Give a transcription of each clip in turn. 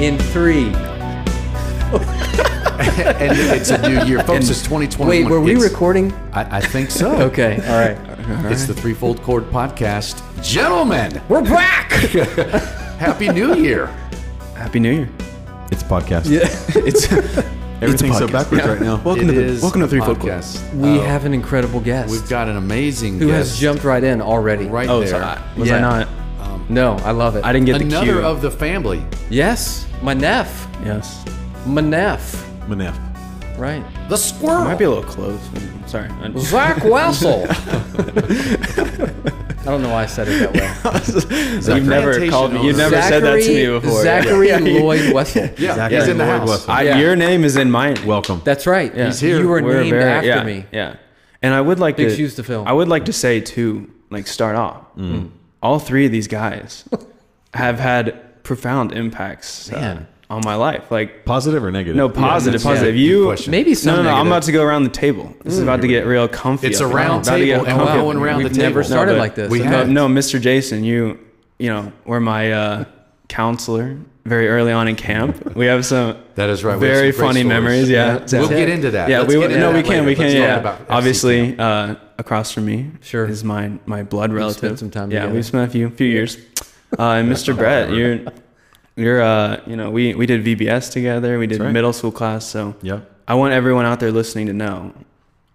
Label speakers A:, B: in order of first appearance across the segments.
A: in three.
B: and it's a new year, folks. it's 2021.
A: Wait, were we
B: It's-
A: recording?
B: I, I think so.
A: Okay, all right.
B: It's the Threefold Chord Podcast, gentlemen.
A: We're back.
B: Happy New Year.
C: Happy New Year.
D: It's podcast.
A: Yeah.
C: It's
D: Everything's so
C: podcast.
D: backwards right now.
C: Welcome
B: It
C: to the-
B: is
C: welcome to Threefold Chord.
B: podcast.
A: We
B: Oh,
A: have an incredible guest
B: We've got an amazing
A: who
B: guest
A: has jumped right in already.
B: right
C: oh,
B: there.
C: so I, was
A: Yeah.
C: I not?
A: No, I love it.
C: I didn't get the
B: Another
C: cue.
B: of the family.
A: Yes, my neph,
C: yes.
A: my neph.
D: Manef.
A: Right.
B: The squirrel.
C: Might be a little close. I'm sorry. I,
A: Zach Wessel. I don't know why I said it that way.
C: you've never
B: plantation
C: called me. You've
B: owner.
C: never said that to me
A: Zachary-
C: before.
A: Zachary
C: Yeah.
A: Lloyd Wessel.
B: yeah,
D: Zachary
B: he's in the
D: Lloyd
B: house.
D: Wessel.
C: I,
A: Yeah.
C: Your name is in mine.
D: Welcome.
A: That's right.
C: He's
B: here.
A: You were named
C: very-
A: after
C: yeah,
A: me.
C: Yeah. And I would like
A: Big
C: to
A: shoes to fill.
C: I would like to say too, like start off. All three of these guys have had profound impacts uh,
A: Man.
C: on my life. Like
D: Positive or negative?
C: no positive,
A: that's-
C: positive.
A: yeah,
C: You
B: question.
A: Maybe
C: No,
A: some.
C: no, no. I'm
A: negative.
C: about to go around the table. This is
A: Mm.
C: about to get real comfy.
B: It's a
C: up here.
B: round
C: About to get
B: table, and we're
C: comfy.
B: going round
A: We've
B: the
A: never
B: table.
A: started
C: No, but
A: like this.
B: we
A: No,
B: have.
C: Uh, No, Mr. Jason, you you know were my uh, counselor very early on in camp. We have some
B: That is right. We have
C: Very
B: some great
C: funny
B: stories.
C: memories. Yeah,
B: Yeah. We'll get into that.
C: Yeah,
B: Let's
C: we
B: get
C: will.
B: into
C: No,
B: that
C: we can.
B: later.
C: We
B: Let's
C: can.
B: talk
C: Yeah.
B: about FC
C: Obviously, uh, across from me,
A: Sure.
C: is my my blood relative.
A: spent some time
C: Yeah,
A: together.
C: we spent a few few years. Uh, and Mr. Brett, you're you're uh, you know we we did VBS together. We did
D: right.
C: middle school class. So
D: Yeah.
C: I want everyone out there listening to know,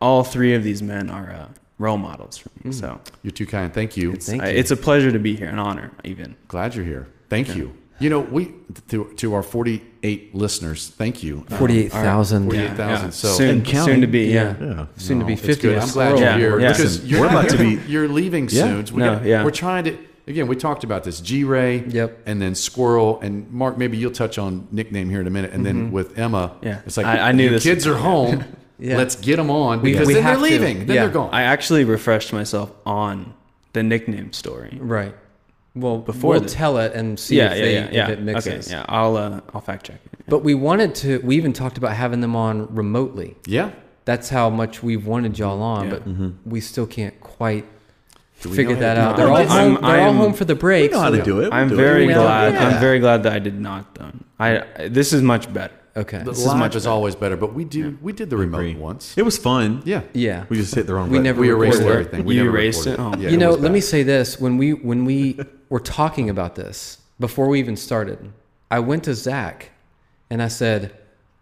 C: all three of these men are uh, role models for me. So
B: You're too kind. Hmm. Thank you.
A: Thank
C: I,
A: you.
C: it's a pleasure to be here, an honor even.
B: Glad you're here. Thank you. You know, we to, to our 48 listeners, thank you. Um,
A: 48,000.
B: 48,000. So
C: soon,
D: And counting.
C: soon to be.
A: Yeah.
C: Yeah.
D: Yeah.
A: Soon to be
B: it's
A: 50.
B: good. I'm glad
A: Squirrel.
B: you're
C: Yeah.
B: here.
C: Yeah.
B: Because
D: Listen,
B: you're
D: we're
B: not
D: about to
B: here. You're leaving
D: Yeah.
B: soon. So we
C: No,
B: got-
C: yeah.
B: We're trying to, again, we talked about this G Ray
A: Yep.
B: and then Squirrel. And Mark, maybe you'll touch on nickname here in a minute. And then with Emma,
C: Mm-hmm. Yeah.
B: it's like,
C: I- I knew
B: your
C: this.
B: kids are home.
A: Yeah.
B: Let's get them on because
A: we
B: then they're
A: have to.
B: leaving. Then
C: Yeah.
B: they're gone.
C: I actually refreshed myself on the nickname story.
A: Right. Well, before
C: Before
A: we'll
C: this.
A: tell it and see
C: Yeah,
A: if,
C: yeah,
A: they,
C: yeah, yeah.
A: if it mixes.
C: Okay, yeah, I'll uh, I'll fact check. it.
A: But we wanted to, we even talked about having them on remotely.
B: yeah.
A: That's how much we've wanted y'all on,
C: Yeah.
A: but we still can't quite
B: we
A: figure
B: know
A: that
B: how to
A: out.
B: do
A: They're
B: it?
A: all,
B: I'm-
A: home, they're all
C: I'm-
A: home for the
D: We
A: break.
D: know how
A: so-
D: to do it. We
C: I'm
D: do it.
C: very
A: Yeah.
C: glad.
A: Yeah.
C: I'm very glad that I did not though. I, I this is much better.
A: Okay.
B: The
C: is
B: live
C: much
B: is always better, but we do we did the remote once.
D: It was fun.
B: Yeah.
A: Yeah.
D: We just hit the wrong
A: We
D: button.
A: never
B: We erased
A: recorded it.
B: everything. We
C: You
B: never
C: erased
B: recorded
C: it? Oh.
B: Yeah,
A: you know,
B: was
A: let me
B: bad.
A: say this: when we when we were talking about this before we even started, I went to Zach and I said,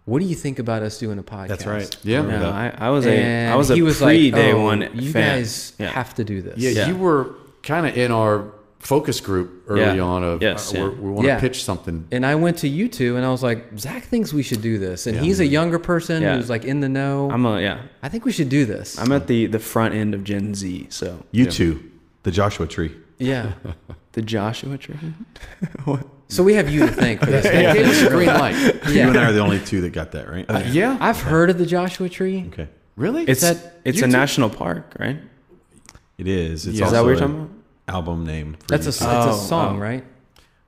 A: "What do you think about us doing a podcast?"
D: That's right.
B: Yeah.
D: Remember
C: Yeah,
D: that.
C: I, I was a
A: And
C: I was a
A: he
C: pre
A: was like,
C: day
A: "Oh,
C: one
A: You
C: fan.
A: guys
C: Yeah.
A: have to do this.
B: Yeah,
C: Yeah.
B: you were kind of in our focus group early
C: Yeah.
B: on of
C: Yes,
B: uh,
C: yeah.
B: we're- we want to
A: Yeah.
B: pitch something.
A: And I went to you two and I was like, Zach thinks we should do this, and he's a younger person
C: Yeah.
A: who's like in the know. i
C: I'm a yeah.
A: think we should do this.
C: I'm at the the front end of Gen Z, so
D: You two, the Joshua tree.
A: yeah.
C: the Joshua tree.
A: So we have you to thank for this.
B: Hey, Gave us a green light.
A: Yeah.
D: You and I are the only two that got that, right?
B: Yeah,
A: I've heard of the Joshua Tree.
D: Okay.
B: really?
C: It's
A: that-
C: it's
B: you
C: a
B: two-
C: national park, right?
D: It is. It's
B: Yeah. Is
C: that
D: also
C: what you're
D: an
C: talking about?
D: Album name. For
A: That's a
D: you
A: it's
D: two.
A: a
C: Oh,
A: song,
C: oh.
A: right?
D: I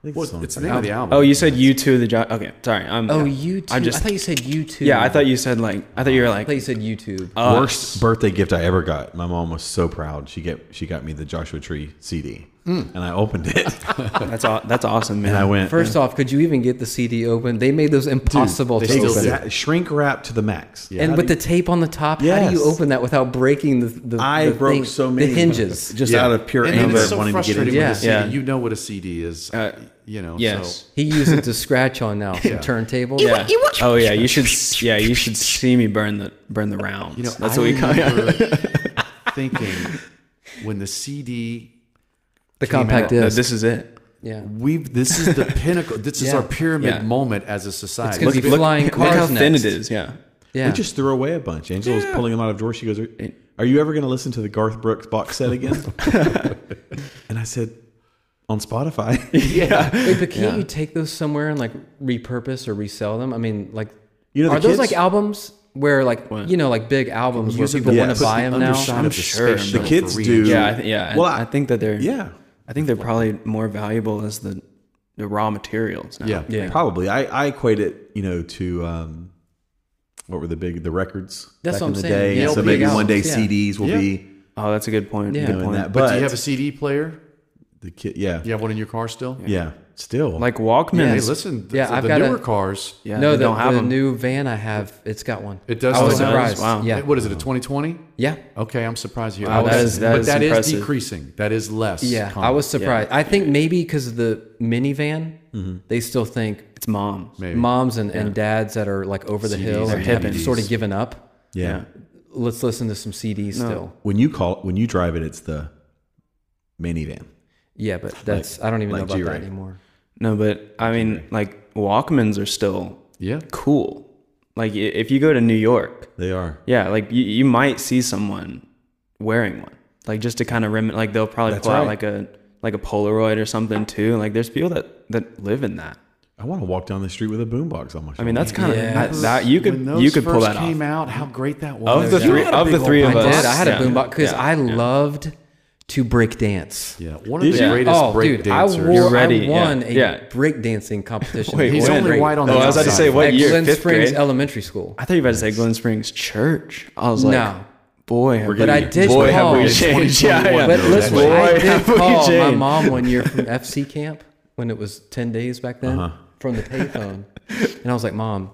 D: think
B: Well,
D: something
B: it's the
D: like
B: name of the album.
C: Oh, you said you two the Joshua. Okay, sorry. I'm,
A: Oh,
C: yeah.
A: you two. I,
C: I just
A: thought you said you two.
C: yeah. I thought Uh, you said like I thought you were
A: I
C: like
A: thought you said YouTube.
D: that.
C: us.
D: Worst birthday gift I ever got. My mom was so proud. She get she got me the Joshua Tree CD, and I opened it,
C: That's aw- that's awesome, man.
D: and I went
A: First off, could you even get the CD open? They made those impossible
B: they
A: to
B: still
A: open.
B: do.
D: Exact- shrink wrap to the max.
A: And
D: How
A: with
D: do
A: the tape on the top, how do
D: Yes.
A: you open that without breaking the the,
D: I
A: the
D: broke
A: thing-
D: so many.
A: the hinges?
D: just
B: Yeah.
D: out of pure
B: and
D: anger,
B: it's so
D: wanting to get
B: frustrating
D: into
A: Yeah.
B: with a CD.
C: Yeah. Uh,
B: You know what a CD is. you know.
C: yes.
A: He uses the scratch on now, some turntable.
C: Yeah. Oh yeah, you should. s- Yeah, you should see me burn the burn the rounds.
B: So, you know,
C: that's
B: I
C: what we call. Yeah.
B: remember thinking when the CD.
A: the
B: Came
A: compact
B: out.
A: disc.
C: This is it.
A: yeah.
B: We've this is the pinnacle. This is
A: Yeah.
B: our pyramid
C: Yeah.
B: moment as a society.
A: gonna be flying
C: look how
A: cars
C: thin
A: next.
C: it is. Yeah.
A: Yeah.
D: We just threw away a bunch. Angela was pulling them out of drawers. She goes, "Are- "Are you ever going to listen to the Garth Brooks box set again?" and I said, "On Spotify."
A: Wait, but can't you take those somewhere and like repurpose or resell them? I mean, like,
D: You know, the
A: are those
D: kids-
A: like albums where like you know like big albums where people want
D: Yes.
A: to buy them now?
C: I'm sure the
D: kids do.
C: Yeah. I th- yeah.
D: Well,
C: I,
D: I-
C: I think that they're.
D: yeah,
C: I think they're probably more valuable as the the raw materials. Now.
B: Yeah.
A: Yeah.
D: probably. I, I equate it, you know, to um, what were the big the records
A: That's
D: back
A: what
D: in
A: I'm
D: the
A: saying.
D: day.
A: Yeah,
D: and so
A: LP
D: maybe one day
A: albums, yeah.
D: CDs will
B: Yeah.
D: be
C: Oh, that's a good point.
A: Yeah.
C: Good
D: doing
C: point.
D: that.
B: But do
D: But
B: you have a CD player?
D: the kid. Yeah.
B: You have one in your car still?
D: Yeah. Still.
C: Like
B: Hey,
C: Walkmans.
B: listen. The,
A: Yeah,
B: the
A: I've got
B: newer
A: a-
B: cars.
C: yeah,
A: no,
C: they
A: the,
C: don't have
A: the
C: them.
A: new van I have, it's got one.
B: It does.
A: I was
B: still have-
A: surprised.
C: Wow.
A: Yeah.
B: What is it? A 2020?
A: Yeah.
B: Okay, I'm surprised here.
C: Wow,
B: I
C: that
B: was-
C: is- that
B: but
C: is
B: that is
C: impressive.
B: decreasing. That is less.
A: Yeah. I
B: common,
A: was surprised. I think maybe because of the minivan,
D: Mm-hmm.
A: they still think
C: It's mom.
B: maybe.
A: moms and, and dads that are like over the hill
B: CDs
A: and
B: and
A: have
B: DVDs.
A: sort of given up.
D: yeah.
A: Let's listen to some CDs still.
D: When you call when you drive it, it's the minivan.
A: Yeah, but that's I don't even
D: like
A: know about
D: G-Ray.
A: that anymore.
C: No, but I mean, like Walkmans are still
B: Yeah.
C: cool. Like i- if you go to New York,
D: They are.
C: yeah, like you, you might see someone wearing one, like just to kind of rem. Like they'll probably
D: That's
C: pull out
D: right.
C: like a like a Polaroid or something too. Like there's people that that live in that.
D: I want to walk down the street with a boombox on my shoulder.
C: I mean, that's kind of
A: Yeah.
C: that, that you
B: When
C: could
B: those
C: you could
B: first
C: pull that off.
B: came out, how great that was.
C: Of the
A: doubt.
C: three
A: You had
B: a
C: of the
B: big
C: three
B: old
C: of
A: I
C: us,
A: did. I had
C: yeah.
A: a boombox because
C: Yeah.
A: I loved to break dance.
B: Yeah, one of the
C: you?
B: greatest
A: oh,
B: break
A: dude,
B: dancers.
A: I, wore,
C: You're ready,
A: I
C: yeah,
A: won a
C: yeah.
A: break dancing competition.
C: Wait,
B: He's
C: when?
B: only white on
C: oh,
B: the
C: I was about to
B: outside.
C: say what
A: at
C: year?
A: Glen
C: Fifth
A: Springs
C: grade.
A: Elementary School.
C: I thought you were about to say Glen Springs Church. I was like,
A: No.
C: boy, have
A: But
C: we-
A: I did
C: boy, have
A: call-
C: we changed. Yeah, yeah.
A: But
B: No,
A: listen,
B: that's
A: I
C: Boy,
A: did
C: have we
A: call my
C: changed.
A: mom one year from FC camp when it was ten days back then
C: Uh-huh.
A: from the payphone, and I was like, "Mom,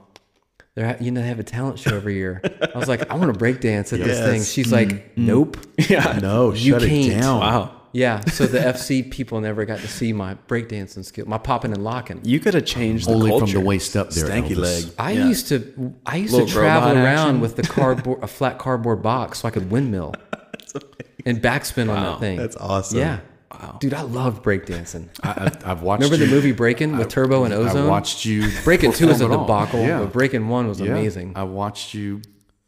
A: they're ha- you know they have a talent show every year." I was like, "I want to break dance at this thing."
D: Yes.
A: She's like, "Nope."
D: of no.
A: You
D: shut it
A: can't.
D: down.
C: Wow.
A: Yeah, so the FC people never got to see my breakdancing skill, my popping and locking.
C: You could have changed the
B: Only
C: culture.
B: from the waist up there.
D: Stanky
B: Elvis.
D: leg.
A: I
C: Yeah.
A: used to I used to
C: Little
A: travel
C: robot
A: around
C: action.
A: with the cardboard a flat cardboard box so I could windmill and backspin on that thing.
D: That's awesome.
A: Yeah. Dude, I loved breakdancing.
B: I, I, I've watched.
A: Remember the
B: you-
A: movie Breaking with Turbo and Ozone?
B: I watched you.
A: Breaking Two was a
B: perform it all.
A: debacle,
B: Yeah.
A: but Breaking One was
B: Yeah.
A: amazing.
B: I watched you.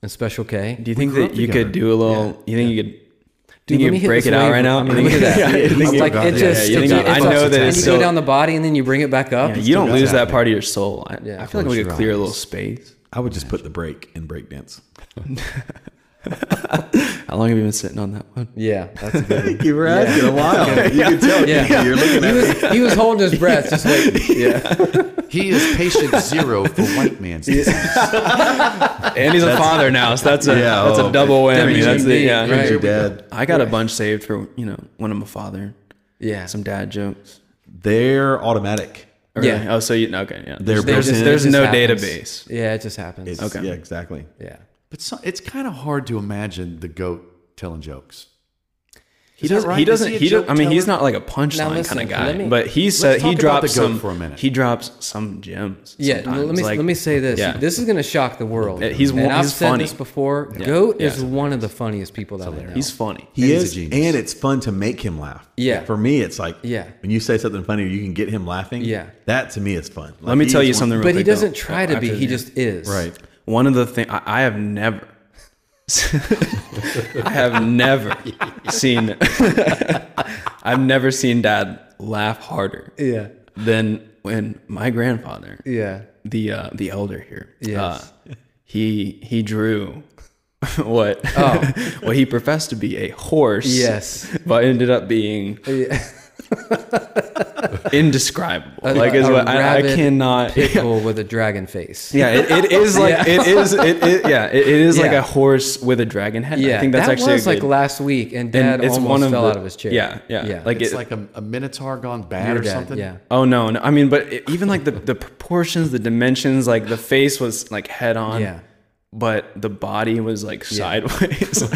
A: And Special K.
C: Do you think
B: grew up
C: that you
B: together.
C: could do a little? You think you could? Do
A: let
C: you
A: me
C: could
A: hit
C: break
A: this
C: it out
A: wave.
C: right now?
A: I mean, look at that.
C: Yeah, you think
A: It's
C: you-
A: like
B: about
A: it
B: that.
A: just.
C: Yeah, you
A: it
C: think-
A: just-
C: I know that
A: And
C: it's
A: you go
C: so-
A: down the body and then you bring it back up.
C: yeah, you don't
D: got
C: lose
D: that.
C: that part of your soul. I,
A: Yeah.
C: I feel like we could clear a little space.
D: I would just put the brake in break dance.
C: How long have you been sitting on that one?
A: yeah, that's a good.
D: you were asking a while. You could tell.
A: Yeah.
D: You're looking
A: He
D: at
A: was, he was holding his breath, just waiting.
B: He is patient zero for white man's disease.
C: And he's a father now, so that's a
D: Yeah,
C: that's
D: oh,
C: a double whammy. That's
A: WGD,
C: the yeah.
A: right.
D: your dad.
C: I got a bunch saved for you know when I'm a father.
A: Yeah,
C: Some dad jokes.
D: They're automatic.
C: Or-
A: Yeah.
C: Oh, so you okay? Yeah.
D: They're
C: There's
A: They
D: built
C: there's,
A: just-
D: in.
A: they
C: there's
A: just
C: no
A: happens.
C: database.
A: Yeah, it just happens.
D: It's-
C: Okay.
D: Yeah, exactly.
A: yeah,
B: But so, it's kind of hard to imagine the goat telling jokes.
C: He
B: that
C: doesn't.
B: right?
C: He
B: Is
C: doesn't.
B: he a
C: He, does
B: joke
C: I mean, he's
B: teller?
C: not like a
A: Now
C: punchline
A: listen,
C: kind of guy.
A: let me-
C: but he said
B: talk
C: he
B: about
C: drops
B: the goat
C: some.
B: for a minute.
C: He drops some gems.
A: yeah.
C: sometimes.
A: Let me
C: Like,
A: let me say this.
C: yeah.
A: This is gonna shock the world.
C: Yeah, he's
A: and
C: one-
A: I've
C: he's
A: said
C: funny.
A: this before. Goat
C: Yeah.
A: is one of the funniest people that I know.
C: He's funny.
D: He
B: He's a
D: is, and
B: genius.
D: it's fun to make him laugh.
A: Yeah.
D: For me, it's like,
A: Yeah.
D: when you say something funny, you can get him laughing.
A: Yeah.
D: That to me is fun. Like,
C: Let me
D: he
C: tell
D: is
C: you
D: one-
C: something. Real
A: but he
C: quick, though.
A: doesn't try to be.
C: After-
A: He just is.
D: Right.
C: One of the things I, I have never, I have never seen, I've never seen dad laugh harder
A: Yeah.
C: than when my grandfather,
A: Yeah.
C: the uh, the elder here,
A: Yes.
C: uh, he he drew what
A: Oh.
C: what he professed to be a horse,
A: Yes.
C: but ended up being
A: Yeah.
C: indescribable.
A: A-
C: like
A: a-
C: is
A: a
C: what I, I
A: rabid
C: cannot.
A: Pitbull with a dragon face.
C: Yeah, it, it is like it is it, it yeah it, it is like
A: Yeah.
C: a horse with a dragon head.
A: Yeah,
C: I think that's
A: that
C: actually a
A: was like
C: good-
A: last week, and
C: and
A: Dad almost fell
C: the-
A: out of his chair.
C: Yeah, yeah,
A: yeah.
C: Like
B: It's
C: it,
B: like a, a minotaur gone bad
A: your
B: or
A: dad,
B: something.
A: Yeah,
C: oh no, no, I mean, but it, even like the the proportions, the dimensions, like the face was like head on.
A: yeah.
C: But the body was like sideways.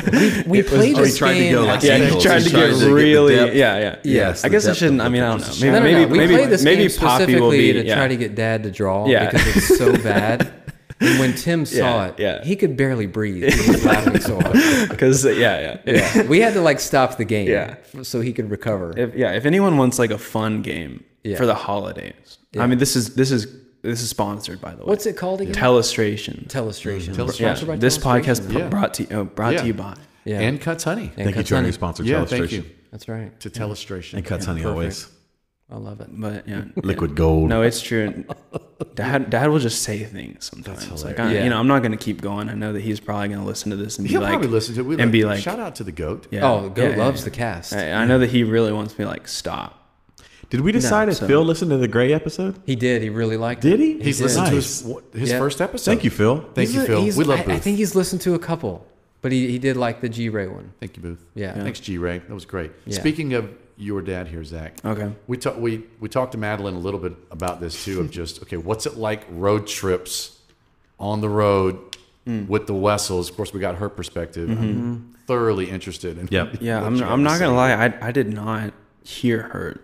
C: we
A: we played
D: Oh, he
A: this
D: tried to
A: game
D: go
A: last
D: like
C: yeah, he
D: angles.
C: tried to
D: tried
C: get
D: the
C: really.
D: depth.
C: yeah, yeah,
D: Yes,
C: I
D: the
C: guess I
D: depth of
C: shouldn't.
D: the
C: I mean, I don't
D: proportions.
C: know.
A: No, no,
C: Maybe
A: no. We
C: maybe
A: played
C: maybe,
A: this
C: maybe
A: game
C: Poppy
A: specifically
C: will be.
A: to
C: yeah.
A: try to get Dad to draw
C: Yeah.
A: because it's so bad. And when Tim saw
C: Yeah,
A: it,
C: yeah.
A: he could barely breathe. He was laughing so hard.
C: Because yeah, yeah, yeah.
A: We had to like stop the game,
C: Yeah.
A: so he could recover.
C: If, yeah, if anyone wants like a fun game
A: Yeah.
C: for the holidays, I mean, this is this is this is sponsored by the way.
A: What's it called again?
C: Telestration.
A: Telestration.
B: Tell us
C: yeah,
B: sponsored by
C: this
B: Tell Us
C: podcast
B: Station.
C: pr- brought to you, oh, brought
B: Yeah.
C: to you by.
A: Yeah,
B: and cuts honey
A: And
D: Thank you,
A: cuts
D: Tony,
A: honey.
D: sponsor
B: yeah,
D: Telestration.
B: thank you
A: That's right.
B: to Telestration.
D: And cuts honey always.
A: I love it.
C: But yeah,
D: Liquid gold.
C: no, it's true. Dad, Dad will just say things sometimes. Like, I,
A: hilarious.
C: you
A: Yeah.
C: know, I'm not gonna keep going. I know that he's probably gonna listen to this and be
B: He'll
C: like,
B: probably listen to it. We
C: and be
B: like,
C: like,
B: shout out to the goat.
C: yeah,
A: Oh, Goat
C: yeah,
A: loves
C: yeah,
A: the cast.
C: yeah. I, I know that he really wants me to like stop.
D: Did we decide if
C: so-
D: Phil listened to the Gray episode?
A: He did. He really liked it.
D: Did he?
B: He's
D: Nice.
B: listened to his, his
A: Yeah.
B: first episode.
D: Thank you, Phil.
B: Thank
A: He's
B: you,
A: li-
B: Phil.
A: he's-
B: We love
A: I-
B: Booth.
A: I think he's listened to a couple, but he, he did like the G Ray one.
B: Thank you, Booth.
A: Yeah.
B: Thanks, G Ray. That was great.
A: Yeah.
B: Speaking of your dad here, Zach.
C: Okay.
B: We talked we we talked to Madeline a little bit about this too of just okay, what's it like road trips on the road
C: Mm.
B: with the Wessels? Of course, we got her perspective. I'm thoroughly interested in.
D: Yep.
B: what
C: Mm-hmm. Yeah, I'm,
B: you
C: I'm
B: have
C: not
B: to
C: gonna lie. I, I did not hear hers,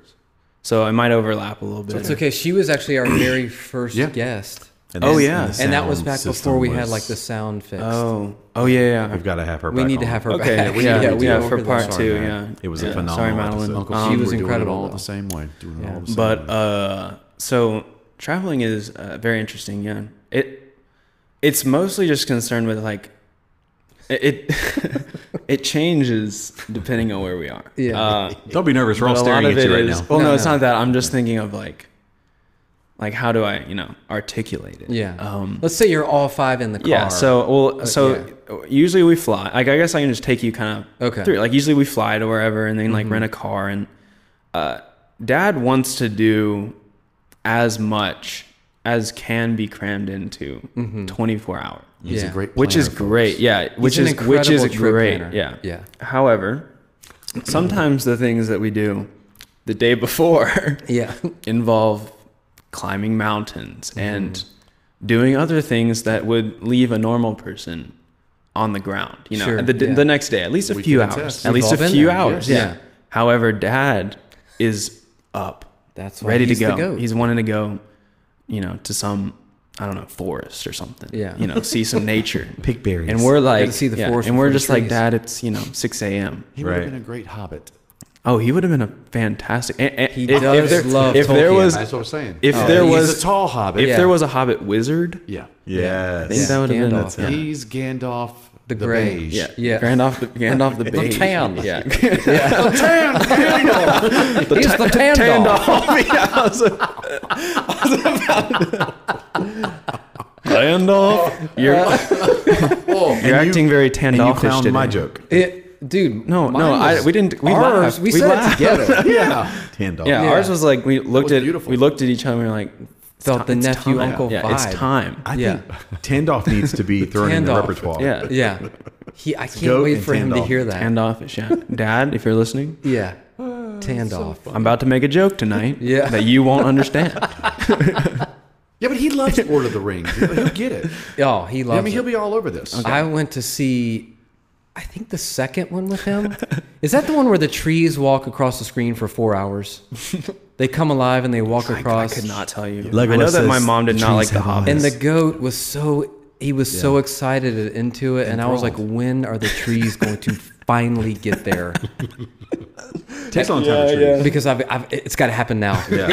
C: so I might overlap a little bit.
A: It's okay. She was actually our very first
B: Yeah.
A: guest,
D: And
C: Oh,
D: the-
C: yeah.
D: the
A: and that was
D: sound
A: back
D: system
A: before we had
D: was-
A: like the sound fixed.
C: Oh, oh yeah, yeah.
D: We've got to have her.
A: we
D: back
A: need to
D: on.
A: have her
C: okay,
A: back.
C: yeah,
A: yeah,
C: yeah,
A: we went
C: for
A: over
C: part
A: this.
C: two, yeah.
D: man. It was a
C: Yeah. Sorry,
D: phenomenal
B: say.
C: Madeline.
B: Uncle
A: Um,
B: Steve,
A: She
B: we're
A: was
B: doing it
A: incredible,
B: all
A: though.
B: the same way. Doing it
A: Yeah.
B: all the same way.
C: but uh so traveling is uh, very interesting yeah it it's mostly just concerned with like it it, it changes depending on where we are
A: Yeah.
C: uh,
D: Don't be nervous. We're all
C: but a
D: staring
C: lot
D: at
C: of
D: you
C: it
D: right
C: is-
D: now.
C: well no,
A: No,
C: it's
A: no.
C: not that i'm just thinking of like like how do i you know articulate it
A: Yeah.
C: um
A: Let's say you're all five in the car.
C: yeah so well so usually we fly like i guess i can just take you kind of
A: Okay. Mm-hmm.
C: through it. like usually we fly to wherever and then like rent a car and uh dad wants to do as much as can be crammed into 24 hour
B: he's
A: Mm-hmm. yeah.
B: a great
C: which is
B: planner, folks.
C: great yeah
A: He's
C: which
A: an
C: is which is
A: incredible trip
C: great
A: planner.
C: yeah
A: Yeah.
C: however sometimes the things that we do the day before
A: yeah,
C: involve climbing mountains
A: Mm-hmm.
C: and doing other things that would leave a normal person on the ground, you know,
A: Sure,
C: the,
A: yeah.
C: the next day, at least a
B: We
C: few
B: can
C: hours,
B: attest.
C: at
A: We've
C: least
A: all
C: a
A: been
C: few
A: there,
C: hours.
A: yes.
C: Yeah.
A: Yeah.
C: However, dad is up,
A: that's why
C: ready to
A: he's the
C: go.
A: goat.
C: He's wanting to go, you know, to some, I don't know, forest or something.
A: Yeah.
C: You know, see some nature.
D: Pick berries.
C: And we're like,
A: see the
C: yeah,
A: forest
C: and we're
A: before the
C: just like,
A: trees.
C: dad, it's, you know, 6 a.m.
B: He would have
D: Right.
B: been a great hobbit.
C: Oh, he would have been a fantastic. And, and
A: He
C: if, if
A: does
C: there,
A: love
C: if there
A: Tolkien.
C: was
B: That's what I'm saying.
C: if there
B: he's
C: was-
B: a tall hobbit.
C: If
A: Yeah.
C: there was a Hobbit wizard,
B: yeah.
D: yes.
C: I think that would have been
A: Gandalf,
C: yeah.
B: He's Gandalf
A: The
B: the,
A: Grey.
B: beige.
C: yeah,
A: Yeah.
C: Gandalf the Gandalf the Beige,
A: Tan.
C: yeah,
A: the he's the tan
C: Tan
A: dog.
C: Gandalf. Yeah, I was, I was about to- Gandalf, you're,
B: Oh,
C: you're
D: And you-
C: acting very
D: And you
C: Tandalfish
D: found
C: today.
D: my joke.
A: It, dude.
C: No,
A: mine
C: no, I-
A: was
C: we didn't- we
A: ours.
C: laughed.
A: We,
C: We
A: said
C: laughed.
A: it together.
B: Yeah.
D: Tandalf.
C: Yeah,
A: Yeah.
C: ours was like we looked
B: was
C: at
B: beautiful.
C: we looked at each other and we were like it's
A: Felt
C: ti-
A: the
C: it's
A: nephew
C: time.
A: uncle
C: yeah,
A: vibe.
C: It's time.
D: I
A: Yeah.
D: think Tandalf needs to be thrown in the
A: Tandalf.
D: repertoire.
C: Yeah,
A: Yeah, he. I can't
D: goat
A: wait
D: and
A: for him to
D: Gandalf.
A: hear that.
C: Tandoffish. Yeah, Dad, if you're listening,
A: yeah, Tandalf.
C: I'm about to make a joke tonight.
A: Yeah.
C: that you won't understand.
B: Yeah, but he loves Lord of the Rings. He'll he'll get it.
A: oh, he loves.
B: I mean,
A: it.
B: he'll be all over this.
A: I went to see, I think the second one with him. Is that the one where the trees walk across the screen for four hours? they come alive and they walk
C: I
A: across.
C: could not tell you.
D: Legolas
C: I know that
D: says
C: my mom did
D: the
C: not
D: trees
C: like the
D: have
C: Hobbit.
A: And the goat was so he was so excited and into it, and I was like, when are the trees going to finally get there?
D: Takes a long time to treat.
A: Because I've, I've it's got to happen now.
D: Yeah.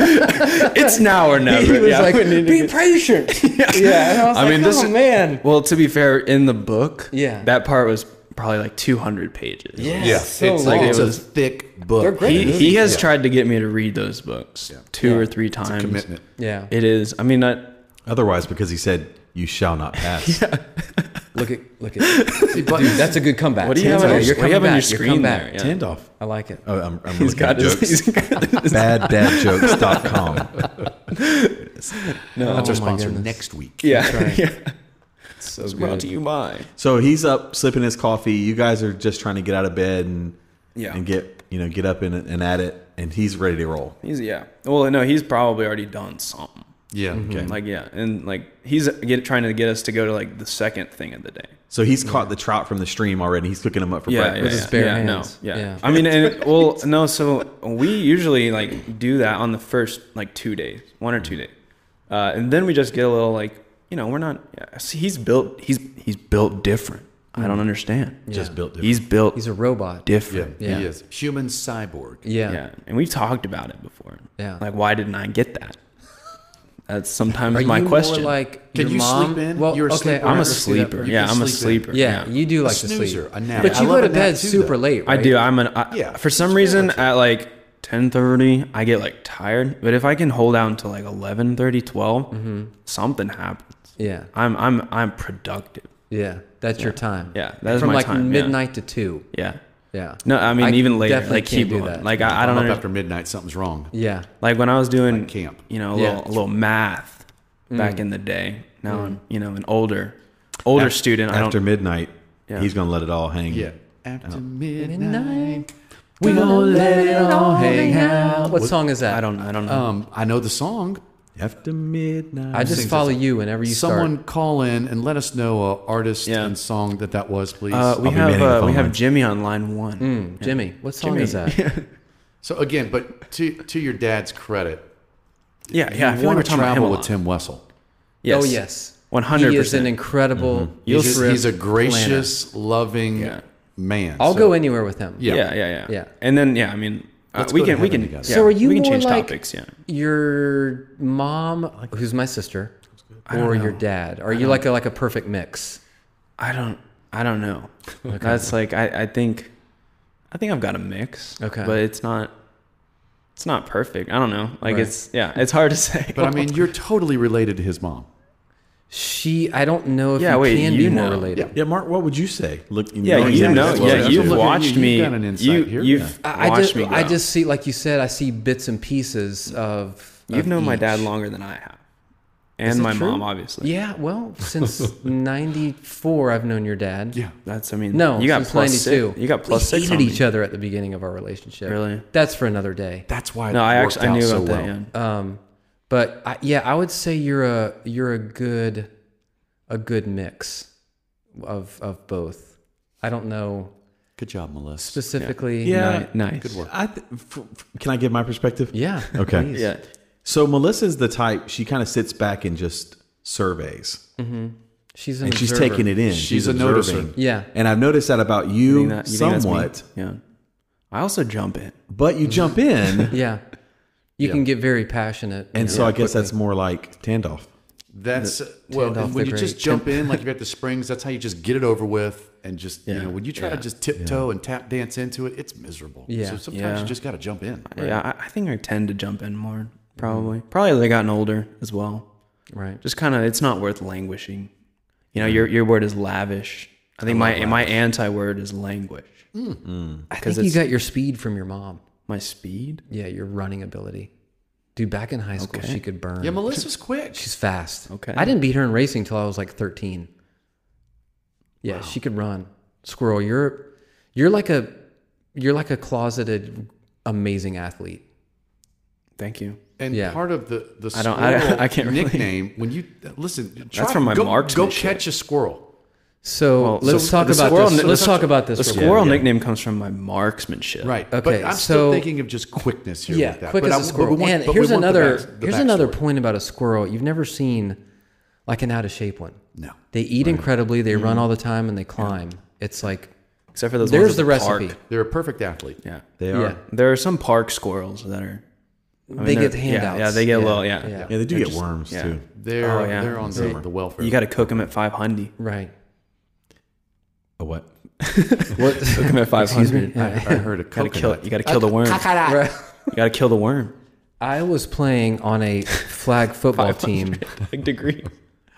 C: it's now or never.
A: He was
C: Yeah.
A: like, be patient. yeah. and I was
C: I
A: like,
C: mean, this
A: oh
C: is-
A: man.
C: well, to be fair, in the book,
A: Yeah.
C: that part was probably like 200 pages.
B: Yeah,
A: so
B: it's
A: long.
B: like it's a
C: was-
B: thick book.
A: They're great.
C: He, he has tried to get me to read those books two
A: Yeah.
C: or three times.
B: commitment.
A: yeah.
C: It is. I mean, I,
D: Otherwise, because he said, "You shall not pass."
A: Look at look at. Dude, that's a good comeback.
C: what do you have
A: Tanzo,
C: on your,
A: You're
C: what do
A: coming
C: you have
A: back.
C: on
A: You're coming
C: your screen
A: back.
C: there? Yeah.
D: Tandalf.
A: I like it.
D: Oh, I'm, I'm
C: He's
D: looking at
C: got his.
D: jokes.
C: He's got his
D: baddadjokes.com.
B: That's our
A: Oh my
B: sponsor
A: goodness.
B: next week.
C: yeah.
A: right.
C: yeah.
A: So
C: It's brought to you by.
D: So he's up sipping his coffee. You guys are just trying to get out of bed and
C: Yeah.
D: and get you know get up and, and at it. And he's ready to roll.
C: He's yeah. Well, no, he's probably already done something.
B: Yeah.
D: Okay.
C: Like yeah, and like he's get, trying to get us to go to like the second thing of the day.
D: So he's caught the trout from the stream already. He's cooking them up for
C: yeah,
D: breakfast.
C: yeah,
A: his bare
C: yeah,
A: hands.
C: No, yeah.
A: Yeah.
C: I mean, and it- well, no. So we usually like do that on the first like two days, one or two days, uh, and then we just get a little like you know we're not. Yeah, see, he's built. He's he's built different. I don't understand.
D: Just built different.
C: Mm-hmm. He's built.
A: He's a robot.
B: Yeah,
C: different.
A: Yeah.
B: he is. Human cyborg.
A: Yeah.
C: yeah, and we've talked about it before.
A: Yeah.
C: like why didn't I get that? That's sometimes
A: Are
C: my
A: you
C: question.
A: More like
B: Can
A: your
B: you
A: mom?
B: sleep in?
A: Well,
B: You're a
A: okay,
B: sleeper.
C: I'm a
B: Wherever you see that,
C: sleeper.
B: you
C: Yeah,
B: can
C: I'm a
B: sleep in.
C: sleeper.
A: Yeah, you do like to
B: snoozer,
A: sleep.
B: a nap.
A: But
B: I
A: you
B: love
A: go
B: a
A: to
B: nap
A: bed
B: too,
A: super
B: though.
A: late.
C: I
A: right?
C: do. I'm an I,
B: Yeah,
C: For some
B: it's
C: reason,
B: relative.
C: at like 10:30, I get like tired. But if I can hold out until like 11:30, 12, something happens.
A: Yeah,
C: I'm I'm I'm productive.
A: yeah. That's your time.
C: Yeah, that is
A: from
C: my
A: like
C: time, yeah.
A: midnight to two.
C: Yeah.
A: Yeah.
C: No, I mean
A: I
C: even later,
A: definitely
C: like keep
A: can't do
C: going.
A: that.
C: Like I, I don't
B: I'm
C: know.
B: up after midnight. Something's wrong.
A: Yeah.
C: Like when I was doing
B: camp.
C: you know, a
A: Yeah.
C: little a little math back in the day. Now I'm you know an older older student. I
D: After
C: don't.
D: midnight,
C: Yeah.
D: he's gonna let it all hang.
B: Yeah. After midnight.
A: We gonna let it all hang out. What song is that?
C: I don't. I don't know.
B: Um, I know the song.
D: After midnight.
A: I just follow you whenever you
B: Someone
A: start.
B: call in and let us know uh, artist
C: Yeah.
B: and song that that was, please.
C: Uh, we
D: I'll be manning
C: have
D: the
C: uh, we
D: phone
C: have
D: line.
C: Jimmy on line one.
A: Mm, Jimmy, what song
C: Jimmy.
A: is that?
B: so again, but to to your dad's credit,
C: Yeah, yeah. I
B: you
C: feel like
B: want
C: we're
B: to
C: talking about him
B: travel
C: a
B: with
C: lot.
B: Tim Wessel.
C: Yes.
A: Oh yes,
C: One hundred
A: He is an
C: percent. Mm-hmm.
A: incredible.
B: He's,
A: trip
B: he's a
A: planner.
B: gracious, loving
C: Yeah.
B: man.
A: I'll
B: So-
A: go anywhere with him.
B: Yeah.
C: Yeah, yeah, yeah.
A: Yeah.
C: And then yeah, I mean, uh,
B: Let's
C: we
B: go to
C: can we
B: heaven
C: can. Yeah,
B: together.
A: So are you
C: we can
A: more
C: change
A: like-
C: topics? Yeah.
A: Your mom, who's my sister, or your dad? Are you like a, like a perfect mix?
C: I don't. I don't know. That's like I, I think, I think I've got a mix.
A: Okay.
C: But it's not. It's not perfect. I don't know. Like
A: Right.
C: it's yeah. It's hard to say.
B: But I mean, you're totally related to his mom.
A: She, I don't know if
C: Yeah,
A: you
C: wait,
A: can
C: you
A: be more
C: know.
A: related.
D: Yeah, Mark, what would you say? Look, you
C: yeah, you
D: exactly
C: know.
D: what
B: well
D: I'm
C: Yeah,
B: as
C: you've
B: you. Look at
C: watched
B: you,
C: me.
B: you've got an insight
C: you,
B: here.
C: You've
A: I, I
C: watched
A: just,
C: me.
A: I
C: grow.
A: just see, like you said, I see bits and pieces of.
C: You've
A: of
C: known my
A: each.
C: dad longer than I have,
A: Is
C: and
A: it
C: my
A: true?
C: mom obviously.
A: Yeah, well, since '94, I've known your dad.
B: Yeah.
C: That's I mean.
A: No,
C: you got
A: since
C: plus six.
A: 92.
C: You got plus
A: we
C: six.
A: hated
C: on me.
A: each other at the beginning of our relationship.
C: Really?
A: That's for another day.
B: That's why.
C: No,
B: it
C: I
B: worked
C: actually I
B: out
C: knew
B: so
C: about that.
B: well. Uh,
C: Yeah.
A: Um, but I, yeah, I would say you're a you're a good a good mix of of both. I don't know
B: Good job, Melissa.
A: specifically.
D: Yeah.
C: Nice.
D: I th- f- f- can I give my perspective?
A: Yeah.
D: Okay.
A: please.
C: Yeah.
D: So Melissa's the type she kind of sits back and just surveys,
A: She's an
D: and she's
A: observer.
D: taking it in.
B: She's a
D: observing.
B: noticer.
A: Yeah.
D: And I've noticed that about
C: You
D: you,
C: think that- you think that's me?
D: somewhat,
C: Yeah. I also jump in.
D: but you jump in,
A: Yeah. You can get very passionate.
D: and so I guess
A: quickly.
D: that's more like Tandoff.
B: That's uh, well,
A: Turned off
B: when
A: the
B: you just
A: grate.
B: jump in like you're at the springs, that's how you just get it over with, and just you
C: Yeah.
B: know when you try to
C: Yeah.
B: just tiptoe and tap dance into it, it's miserable.
A: Yeah.
B: So sometimes
C: Yeah.
B: you just got to jump in.
C: Yeah, I, I think I tend to jump in more. Probably. Probably as I gotten older as well.
A: right.
C: Just kind of, it's not worth languishing. You know, your your word is lavish. I think my my anti word is languish.
A: Mm. I think
C: 'cause
A: you
C: it's-
A: got your speed from your mom.
C: My speed.
A: Yeah, your running ability. Dude, back in high school, she could burn.
B: Yeah, Melissa's quick.
A: She's fast.
C: Okay.
A: I didn't beat her in racing till I was like 13. Yeah, she could run. Squirrel, you're you're like a you're like a closeted amazing athlete.
C: Thank you.
B: And
A: Yeah.
B: part of the the
C: I don't- I-
B: squirrel
C: I can't really-
B: nickname when you listen. Try,
C: from my
B: go, Go
C: marksmanship.
B: catch a squirrel.
A: So
C: Well,
A: let's
C: so
A: talk
C: the
A: about
C: squirrel
A: this.
C: ni-
A: let's
C: the
A: talk
C: squ-
A: about this.
C: The
A: real quick.
C: squirrel nickname comes from my marksmanship.
B: Right.
A: Okay,
B: But I'm still
A: so-
B: thinking of just quickness here.
A: Yeah,
B: with that.
A: quick
B: but
A: as
B: I-
A: a
B: but we
A: squirrel.
B: want-
A: and
B: but we
A: here's
B: want the
A: another
B: back- the
A: here's another
B: backstory.
A: point about a squirrel. You've never seen like an out of shape one.
B: No.
A: They eat incredibly. They run all the time and they climb. It's like
C: Except for those ones
A: there's
C: at
A: the
C: park.
A: recipe.
B: They're a perfect athlete.
C: Yeah.
D: They are.
A: Yeah,
D: Yeah,
C: There are some park squirrels that are. I mean,
A: they
C: they're-
A: get
C: yeah,
A: handouts.
C: Yeah, they get a little, yeah.
D: they do get worms
C: yeah.
D: too.
B: They're
C: Oh, yeah.
B: they're on the, the welfare.
C: You got to cook them at 500.
A: Right.
D: A what?
A: What?
C: Cook them at 500.
B: I, I heard a
C: gotta
B: coconut.
C: kill you gotta kill the worm you
A: Right.
C: gotta kill the worm
A: I was playing on a flag football team.
C: like degree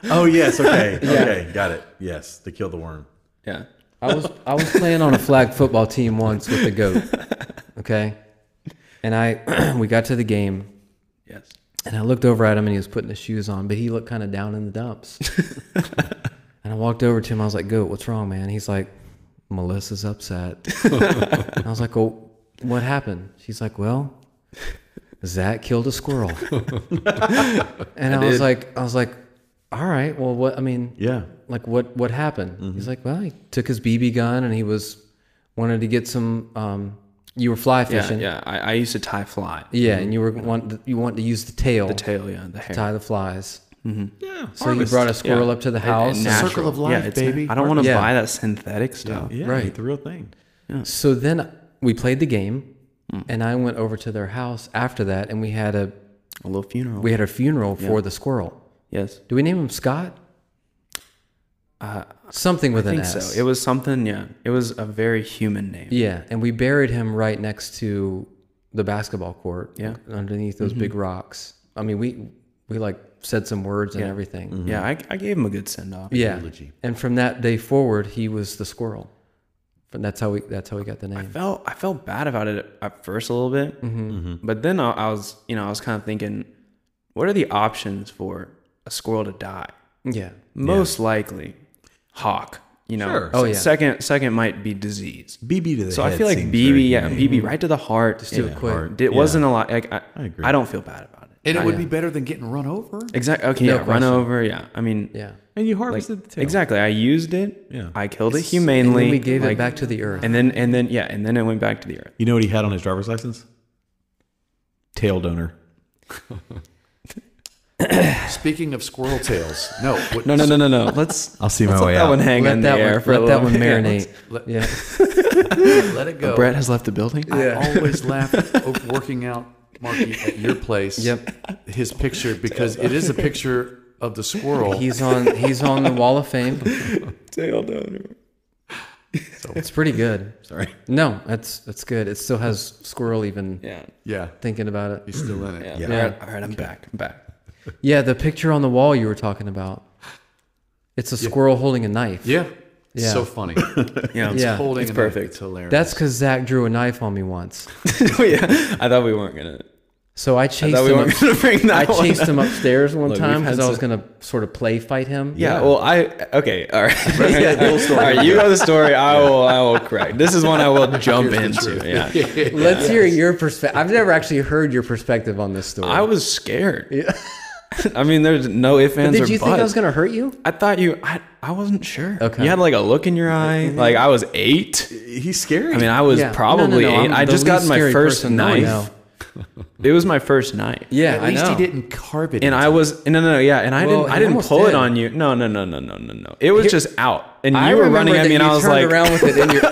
D: Oh yes, okay, okay, got it. Yes, to kill the worm.
C: yeah
A: I was I was playing on a flag football team once with the goat. Okay, and I we got to the game
C: yes
A: and I looked over at him and he was putting his shoes on, but he looked kind of down in the dumps. and I walked over to him. I was like, "Goat, what's wrong, man?" He's like, "Melissa's upset." And I was like, "Well, what happened?" She's like, "Well." Zach killed a squirrel, and I, was
C: did.
A: like, I was like, all right, well, what? I mean,
D: Yeah,
A: like what what happened
C: Mm-hmm.
A: he's like well he took his bb gun and he was wanted to get some um you were fly
C: yeah
A: fishing
C: yeah I, I used to tie fly
A: Yeah, and you were want you want to use the tail
C: the tail yeah the hair
A: tie the flies
D: yeah.
A: so you brought a squirrel
C: Mm-hmm. Yeah.
A: up to the
C: And-
A: house and-
C: and
B: natural. circle of life,
C: it's na-
B: baby.
C: i don't want to
A: Yeah.
C: buy that synthetic stuff
D: yeah,
A: Right.
D: right. The real thing.
A: so then we played the game
C: Mm.
A: and i went over to their house after that and we had a
C: a little funeral
A: we had a funeral for the squirrel
C: yes
A: do we name him scott uh, something with
C: i
A: an
C: think
A: S.
C: so it was something yeah it was a very human name
A: Yeah, and we buried him right next to the basketball court.
C: Yeah. Mm-hmm.
A: underneath those big rocks. I mean, we we like said some words and everything.
C: yeah Mm. I, I gave him a good send-off
A: Yeah,
B: Eulogy.
A: and from that day forward, he was the squirrel. And that's how we that's how we got the name.
C: felt I felt bad about it at first a little bit,
A: Mm-hmm.
C: but then I, I was you know I was kind of thinking, what are the options for a squirrel to die?
A: Yeah,
C: Most likely, hawk. You know,
D: Sure.
A: Oh, yeah.
C: Second, second might be disease.
D: BB to the
C: So
D: head
C: I feel like
D: seems very
C: BB, yeah,
D: humane.
C: BB right to the heart. Just
A: do it quick.
C: It wasn't a lot. Like I,
D: I agree.
C: I don't feel bad about it.
B: And it would be better than getting run over.
C: Exactly. Okay.
A: No
C: yeah. Run
A: question.
C: over. Yeah. I mean,
A: Yeah.
D: And you
C: like,
D: harvested the tail.
C: exactly. I used it.
D: Yeah.
C: I killed it
A: And
C: humanely.
A: then we gave
C: like-
A: it back to the earth.
C: And then and then yeah, and then it went back to the earth.
D: You know what he had on his driver's license? Tail donor.
B: Speaking of squirrel tails, no, what,
C: No, no, no, no, no. Let's
D: I'll oh, see
C: let's
D: my
C: let
D: way
C: that
D: out.
C: one hang
A: let
C: in
A: that
C: the
A: one,
C: air for a
A: let that
C: little
A: one
C: bit.
A: marinate.
B: let-
A: yeah.
B: let it go.
C: Brett has left the building.
B: I always laugh at working out, Marky, at your place.
A: Yep.
B: His picture because it is a picture of the squirrel.
A: He's on he's on the wall of fame.
C: Tail donor.
A: It's pretty good.
D: Sorry.
A: No, that's that's good. It still has squirrel even
C: Yeah.
B: yeah,
A: thinking about it.
B: he's still in it.
D: Yeah.
C: Yeah. All right. All right. I'm back. I'm back.
A: Yeah, the picture on the wall you were talking about. It's a squirrel holding a knife.
B: Yeah.
A: Yeah.
B: It's so funny.
C: Yeah.
A: Yeah.
B: Holding
C: it's
B: it up,
C: perfect.
B: It's hilarious.
A: That's because Zach drew a knife on me once.
C: oh, yeah. I thought we weren't gonna.
A: So I
C: I
A: chased
C: thought we
A: him.
C: weren't
A: up-
C: gonna bring
A: I
C: that one.
A: chased him upstairs one
D: Look,
A: time
D: we've
A: because
D: had
A: I was
D: some-
A: gonna sort of play fight him.
C: Yeah, well, I okay, all right. all right, you know the story. I will, I will correct. This is one I will jump into. Yeah,
A: Let's hear your perspective. I've never actually heard your perspective on this story.
C: I was scared. I mean, there's no ifs, ands,
A: Did
C: or
A: you think
C: buts.
A: I was gonna hurt you?
C: I thought you. I, I wasn't sure.
A: Okay.
C: You had like a look in your eye. Like I was eight.
D: He's scary.
C: I mean, I was
A: Yeah.
C: probably
A: No, no, no,
C: eight.
A: I'm
C: I
A: the
C: just got
A: least
C: my
A: scary
C: first
A: person I know.
C: knife. It was my first knife.
A: Yeah,
B: At
A: I
B: least
A: know.
B: he didn't carve it.
C: And I was and no no no, yeah and I
A: Well,
C: didn't I
A: he
C: didn't
A: almost
C: pull it
A: did.
C: on you no no no no no no no it was
A: Here-
C: just out and you
A: I
C: were
A: remember
C: running at
A: that
C: me and
A: you
C: I was
A: turned
C: like
A: around with it in your.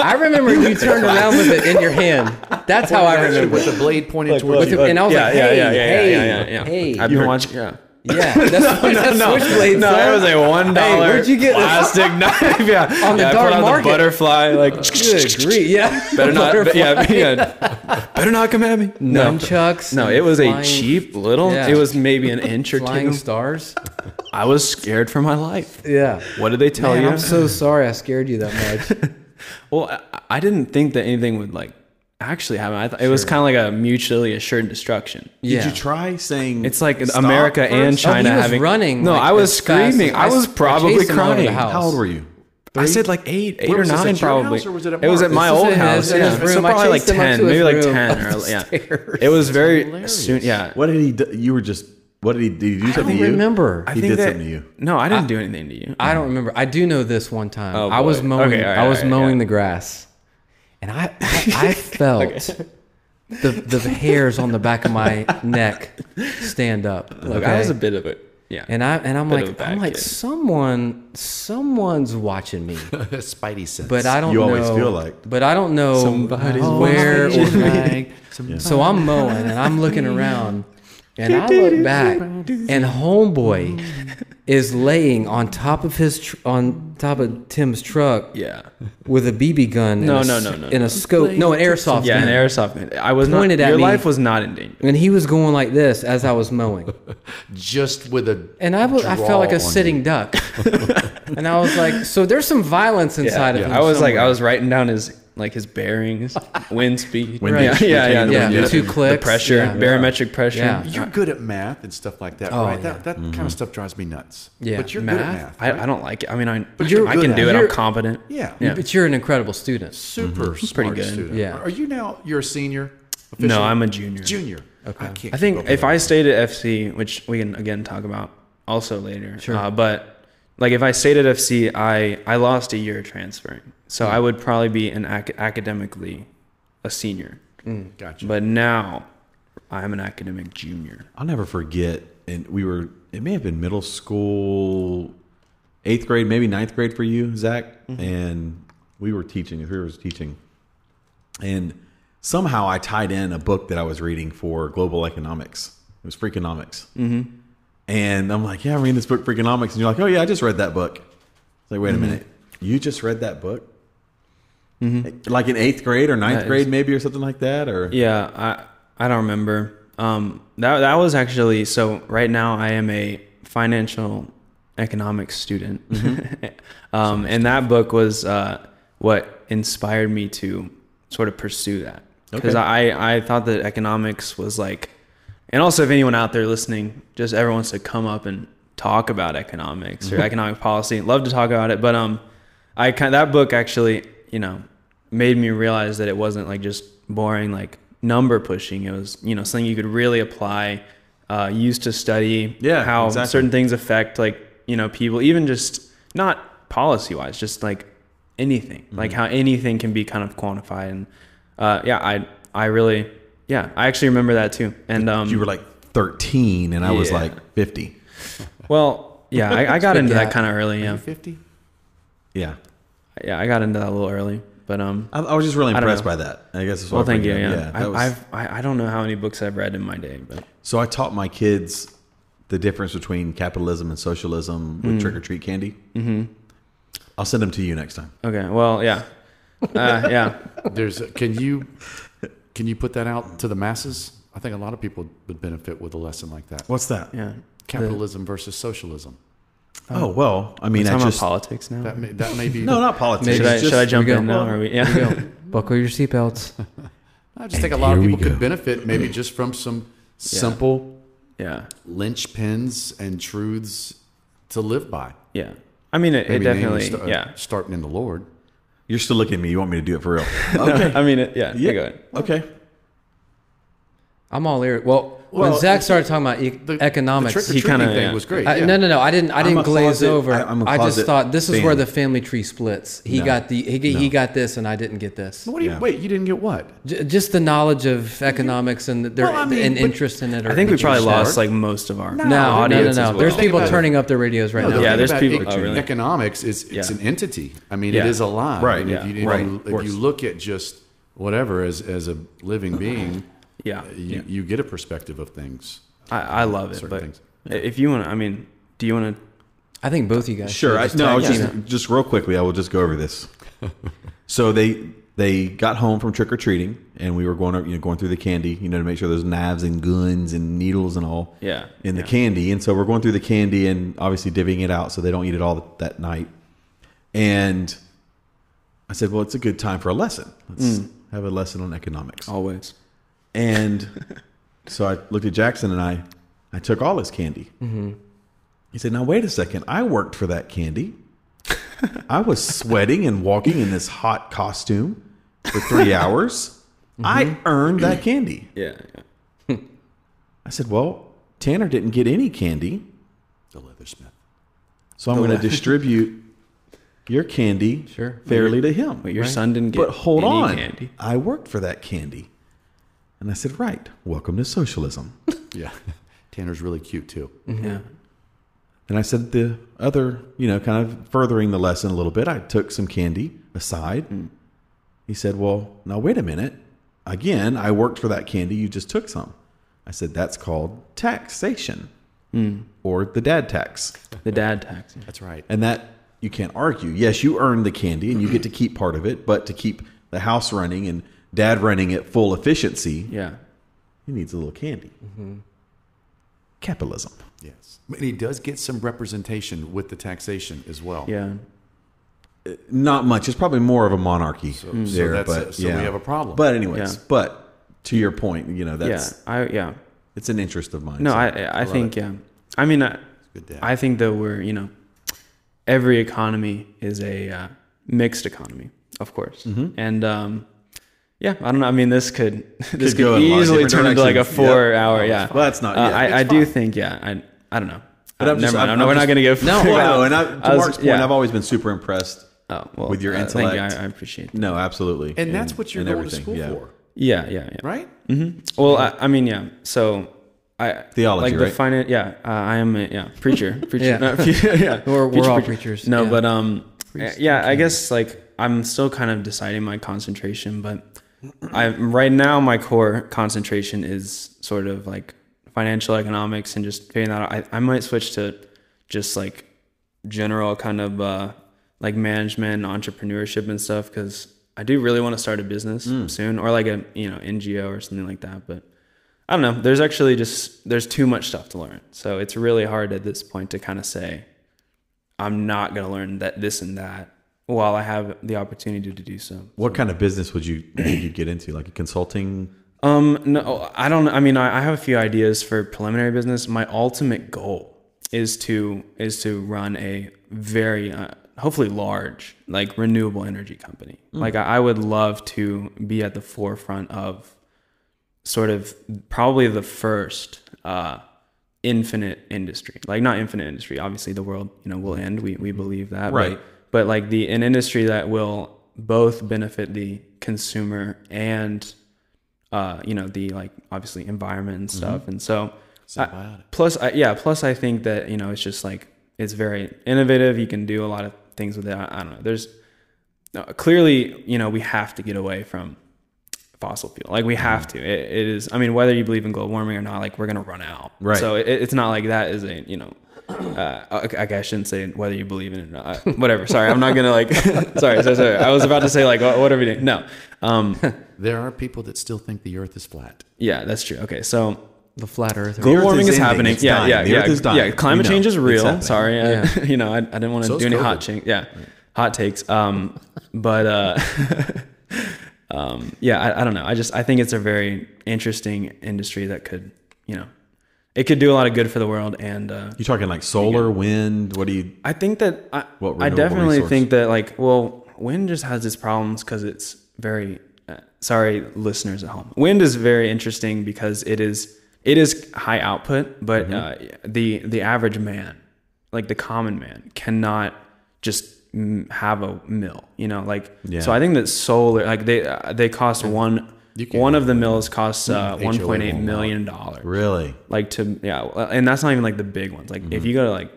A: I remember you turned around with it in your hand. That's how I remember.
B: with
A: it.
B: the blade pointed towards
D: look,
B: you.
D: look.
A: and I was
C: yeah,
A: like,
C: yeah,
A: hey,
C: yeah, yeah,
A: hey,
C: yeah, yeah, yeah.
A: hey,
C: I've been watching. Yeah.
A: yeah. That's, that's switchblades,
C: No,
A: huh?
C: it was a one dollar.
A: where'd you get this?
C: plastic knife? Yeah,
A: On the
C: yeah, I
A: dark
C: put on
A: market.
C: the butterfly. Like,
A: Good grief, yeah.
C: better not.
A: Butterfly.
C: Yeah, yeah, better not come at me. No,
A: Nunchucks
C: No,
A: and
C: it was a
A: flying-
C: cheap little.
A: Yeah.
C: It was maybe an inch or
A: Flying
C: two.
A: stars.
C: I was scared for my life.
A: Yeah.
C: What did they tell
A: Man,
C: you?
A: I'm so sorry I scared you that much.
C: Well, I, I didn't think that anything would like actually happen. I th- It was kind of like a mutually assured destruction.
A: yeah.
D: Did you try saying
C: It's like
D: stop
C: America and
D: first?
A: Oh, he
C: China
A: was
C: having
A: running,
C: No,
A: like,
C: I was
A: as fast as-
C: screaming. I
A: I
C: was
A: s- I
C: probably
A: chased him out of the
C: crying.
A: house.
D: How old were you?
C: I said like eight, eight
B: Where
C: or
B: was this, at
C: nine,
B: your
C: probably.
B: house or was it at
C: at
B: Mark's?
C: my
A: This is
C: old
A: in
C: house.
A: his- in
C: yeah,
A: his room.
C: so
A: I
C: probably like
A: chased him up
C: ten,
A: to his
C: maybe like
A: room
C: ten. Or, yeah,
A: upstairs.
C: it was very
B: hilarious.
C: soon. Yeah,
D: What did he do? You were just. What did he do? You do
A: I
D: something
A: don't
D: to you?
A: remember.
D: He did something to you.
C: No, I didn't do anything to you.
A: I don't remember. I do know this one time.
C: Oh,
A: I was
C: boy.
A: mowing.
C: Okay, all right,
A: I was
C: all right,
A: mowing
C: yeah.
A: the grass, and I I, I felt the the hairs on the back of my neck stand up.
C: Look, I
A: okay?
C: was a bit of a yeah.
A: and I and I'm
C: bit of a
A: like
C: bad
A: I'm like
C: kid.
A: someone someone's watching me,
B: Spidey sense.
A: but I don't.
D: You
A: know,
D: always feel like-
A: But I don't know
C: Somebody's
A: where or
C: watching me.
A: when. So I'm mowing and I'm looking around and I look back and homeboy is laying on top of his tr- on top of Tim's truck
C: yeah,
A: with a BB gun.
C: No,
A: and a,
C: no,
A: s-
C: no, no,
A: And
C: no.
A: a scope. No, an airsoft
C: yeah.
A: gun.
C: An airsoft. man. I was not.
A: Pointed at
C: Your
A: me.
C: life was not in danger.
A: and he was going like this as I was mowing,
B: just with a
A: and I was I felt like
B: draw
A: a
B: on
A: sitting
B: you.
A: duck. and I was like, so there's some violence inside of him.
C: I was like,
A: somewhere.
C: I was writing down his like his bearings, wind speed,
D: Wind
C: yeah,
D: speed,
C: yeah,
D: taking
C: yeah,
D: the
A: yeah,
D: wind
A: the two
C: the
A: clicks,
C: pressure,
A: yeah.
C: barometric pressure.
A: Yeah.
B: You're good at math and stuff like that,
A: Oh,
B: right?
A: yeah.
B: That that kind of stuff drives me nuts.
A: Yeah.
B: But you're good at
C: math.
B: math.
C: I, I don't like it. I mean, I,
A: you're
C: I
A: good
C: can
A: at
C: do
A: it.
C: it. I'm
A: You're-
C: competent.
B: yeah.
C: Yeah.
A: But you're an incredible student.
B: Super smart
C: good.
B: student.
A: Yeah.
B: Are you now you're a senior?
C: No, I'm a junior.
B: junior. Okay. I, can't
C: I think if I stayed at FC, which we can again talk about also later, sure. uh, but like if I stayed at FC, I I lost a year transferring, so I would probably be an ac- academically a senior.
B: Gotcha.
C: But now I'm an academic junior.
D: I'll never forget. And we were, it may have been middle school, eighth grade, maybe ninth grade for you, Zach.
C: Mm-hmm.
D: And we were teaching, the three of us were teaching. And somehow I tied in a book that I was reading for global economics. It was Freakonomics. Mm-hmm. And I'm like, yeah, I'm reading this book, Freakonomics. And you're like, oh, yeah, I just read that book. It's like, wait
C: Mm-hmm.
D: a minute. You just read that book? Like in eighth grade or ninth
C: Mm-hmm. That is-
D: grade, maybe, or something like that? Or
C: Yeah, I I don't remember. Um, that that was actually so. Right now, I am a financial economics student, um, and that book was uh, what inspired me to sort of pursue that because
D: Okay.
C: I I thought that economics was like, and also if anyone out there listening, just everyone wants to come up and talk about economics or economic policy. Love to talk about it, but um, I kind that book actually, you know, made me realize that it wasn't like just boring like number pushing. It was you know something you could really apply, uh, use to study
D: Yeah,
C: how
D: exactly.
C: certain things affect like you know people, even just not policy wise, just like anything, like how anything can be kind of quantified. And uh, yeah, I I really yeah I actually remember that too. And um,
D: you were like 13 and I was
C: Yeah.
D: like 50.
C: well yeah I, I got into
A: Yeah.
C: that kind of early yeah
B: Fifty.
D: Yeah.
C: yeah I got into that a little early, but um.
D: I, I was just really
C: I don't
D: impressed
C: know.
D: by that. I guess that's what
C: Well, thank you.
D: bring
C: Yeah,
D: it up. that
C: I,
D: was-
C: I've I, I don't know how many books I've read in my day, but
D: So I taught my kids the difference between capitalism and socialism
C: Hmm.
D: with trick or treat candy. Mm-hmm. I'll send them to you next time.
C: okay. Well, yeah, uh, yeah.
B: There's. Can you can you put that out to the masses? I think a lot of people would benefit with a lesson like that.
D: What's that?
C: Yeah.
B: Capitalism versus socialism.
D: Oh well, I mean,
C: We're
D: I
C: talking
D: just
C: about politics now.
B: That may, that may be.
D: no, not politics.
C: should
A: Maybe
C: I
D: It's just-
C: should I jump
A: we go.
C: in now? Or we, yeah.
A: Here we go. Buckle your seatbelts.
B: I just think a
D: And
B: lot of
D: here we
B: people could
D: go.
B: benefit maybe just from some simple
C: yeah.
B: linchpins and truths to live by.
C: Yeah. I mean, it, it
B: Maybe namely
C: definitely.
B: sta-
C: yeah.
B: starting in the Lord.
D: You're still looking at me. You want me to do it for real?
C: Okay. I mean, it, yeah. Yeah. Go ahead.
D: Okay.
A: I'm all ear. Well, when
B: Well,
A: Zach started talking about e-
B: The,
A: economics,
B: the he
C: kinda,
B: kind thing
C: yeah.
B: was great.
A: I,
B: yeah.
A: No, no, no. I didn't. I didn't
D: a
A: glaze
D: closet-
A: over.
D: I- I'm a
A: I just
D: closet
A: thought this is
D: fan.
A: where the family tree splits. He
D: No.
A: got the he, he got this, and I didn't get this.
B: What do you
D: Yeah.
B: wait? You didn't get what?
A: J- just the knowledge of economics and their
B: Well, I mean,
A: and
B: but-
A: interest in it.
C: I
A: are-
C: think we
A: but you're
C: probably
A: smart.
C: lost like most of our
A: No, no, no, no.
C: audience as well.
A: There's
B: Think
A: people
B: about it.
A: turning up their radios right
B: No,
A: now.
B: the
C: Yeah,
B: thing
C: there's
B: about
C: people-
B: ec-
C: oh, really?
B: Economics is it's
C: Yeah.
B: an entity. I mean,
C: Yeah.
B: it is alive.
D: Right,
B: And
C: yeah,
B: if you, if
D: right,
B: you-
D: of
B: if
D: course.
B: you look at just whatever as as a living being,
C: Yeah.
B: you,
C: yeah.
B: you get a perspective of things.
C: I, I love it,
B: Certain
C: but
B: things.
C: if you want, to I mean, do you want to?
A: I think both you guys.
D: Sure.
A: should
D: I,
A: just
D: no, I
A: tag
D: was
A: team
D: just
A: it.
D: just real quickly. I will just go over this. so they they got home from trick or treating, and we were going over, you know going through the candy, you know, to make sure there's knives and guns and needles and all.
C: Yeah,
D: In the
C: yeah.
D: candy, and so we're going through the candy and obviously divvying it out so they don't eat it all that night. And I said, well, it's a good time for a lesson. Let's have a lesson on economics.
C: Always.
D: And so I looked at Jackson and I, I took all his candy. He said, "Now wait a second. I worked for that candy. I was sweating and walking in this hot costume for three hours. I earned that candy."
C: Yeah. yeah.
D: I said, "Well, Tanner didn't get any candy,
B: The leathersmith.
D: so I'm going to distribute your candy
A: Sure.
D: fairly to him."
C: But your son didn't get.
D: but hold
C: any
D: on,
C: Candy.
D: I worked for that candy. And I said, "Right. Welcome to socialism."
B: Yeah, Tanner's really cute too.
C: Yeah.
D: And I said the other, you know, kind of furthering the lesson a little bit, I took some candy aside.
C: Hmm.
D: He said, Well, now wait a minute. Again, I worked for that candy. You just took some. I said, That's called taxation
C: Hmm.
D: or the dad tax.
C: The dad tax.
B: That's right.
D: And that you can't argue. Yes, you earned the candy and you get to keep part of it, but to keep the house running and dad running at full efficiency,
C: Yeah.
D: he needs a little candy.
C: Mm-hmm.
D: Capitalism.
B: Yes, and he does get some representation with the taxation as well.
C: Yeah.
D: Not much. It's probably more of a monarchy there,
C: Hmm.
B: so that's-
D: but
B: so we
D: yeah.
B: have a problem.
D: But anyways,
C: Yeah.
D: but to your point, you know that's
C: yeah. I yeah.
D: it's an interest of mine.
C: No,
D: so.
C: I I, I think yeah. I mean, I,
B: Good dad.
C: I think that we're you know, every economy is a uh, mixed economy, of course, and um, yeah, I don't know. I mean, this could this
D: Mm-hmm. Could
C: could,
D: go in lots of
C: easily
D: different
C: turn into like a
D: directions. Yep. Oh,
C: four hour. Yeah,
D: Well, that's not- yeah,
C: Uh,
D: it's
C: I, I do think yeah. I I don't know.
D: But
C: Uh,
D: I'm
C: never
D: just-
C: mind.
D: I'm-
C: no,
D: I'm
C: we're
D: just-
C: not going to go.
D: no,
C: further.
D: well, no, and I, to
C: I was-
D: Mark's point,
C: yeah.
D: I've always been super impressed.
C: oh, well,
D: with your
C: uh, thank you.
D: intellect.
C: I, I appreciate. That.
D: No, absolutely,
B: and that's what you're
D: and
B: going
D: everything,
B: to school
D: yeah.
B: for,
C: Yeah, yeah, yeah.
B: right?
C: Well, I, I mean, yeah. So I
D: Theology,
C: like the
D: right?
C: finance. Yeah, uh, I am. A, yeah, preacher, preacher.
A: Yeah.
C: No, yeah.
A: We're- we're all preachers,
C: No,
A: yeah.
C: but um, yeah. I guess like I'm still kind of deciding my concentration, but I right now my core concentration is sort of like financial economics and just figuring that out. I, I might switch to just like general kind of uh, like management, entrepreneurship, and stuff because I do really want to start a business
A: Mm.
C: soon or like a you know NGO or something like that. But I don't know. There's actually just there's too much stuff to learn, so it's really hard at this point to kind of say I'm not gonna learn that this and that while I have the opportunity to do so.
D: What kind of business would you think you'd get into? Like a consulting?
C: Um, no, I don't. I mean, I, I have a few ideas for preliminary business. My ultimate goal is to is to run a very uh, hopefully large, like renewable energy company. Like I, I would love to be at the forefront of sort of probably the first uh, infinite industry. Like not infinite industry. Obviously, the world you know will end. We we believe that. but-
D: Right.
C: But, like the an industry that will both benefit the consumer and uh, you know the like obviously environment and stuff. And so I-
B: Symbiotic.
C: plus I, yeah plus I think that you know it's just like it's very innovative. You can do a lot of things with it. I, I don't know. There's no, clearly, you know, we have to get away from fossil fuel. Like we have to. It, it is. I mean, whether you believe in global warming or not, like we're gonna run out.
D: Right.
C: So it, it's not like that is a you know. Uh, I, I guess I shouldn't say whether you believe in it or not. Whatever. Sorry, I'm not gonna like. sorry, sorry, sorry. I was about to say like what, what are we doing? No. Um.
B: There are people that still think the Earth is flat.
C: Yeah, that's true. Okay, so
A: The flat Earth.
D: The
C: global
D: Earth
C: warming
D: is
C: is,
D: ending.
C: happening.
D: It's
C: Yeah,
D: dying.
C: yeah,
D: The
C: yeah,
D: Earth is dying.
C: yeah. Climate
D: We know.
C: change is
D: It's
C: real.
D: happening.
C: Sorry, I,
A: Yeah.
C: you know, I, I didn't want to
B: So
C: do
B: is
C: any hot
B: COVID.
C: chink. Yeah, hot takes. Um, but uh, um, yeah, I, I don't know. I just I think it's a very interesting industry that could, you know, it could do a lot of good for the world. And uh,
D: You talking like solar, wind? What do you?
C: I think that I,
D: What
C: I
D: renewable
C: definitely
D: resource?
C: think that like, well, wind just has its problems because it's very. Uh, sorry, listeners at home. Wind is very interesting because it is it is high output, but
D: Mm-hmm.
C: uh, the the average man, like the common man, cannot just mm, have a mill. You know, like
D: Yeah.
C: so. I think that solar, like they uh, they cost one
B: You can-
C: one of the mills costs uh,
B: HOA
C: one point eight
B: won't allow it.
C: million dollars
D: Really?
C: like to yeah and that's not even like the big ones like
D: Mm-hmm.
C: if you go to like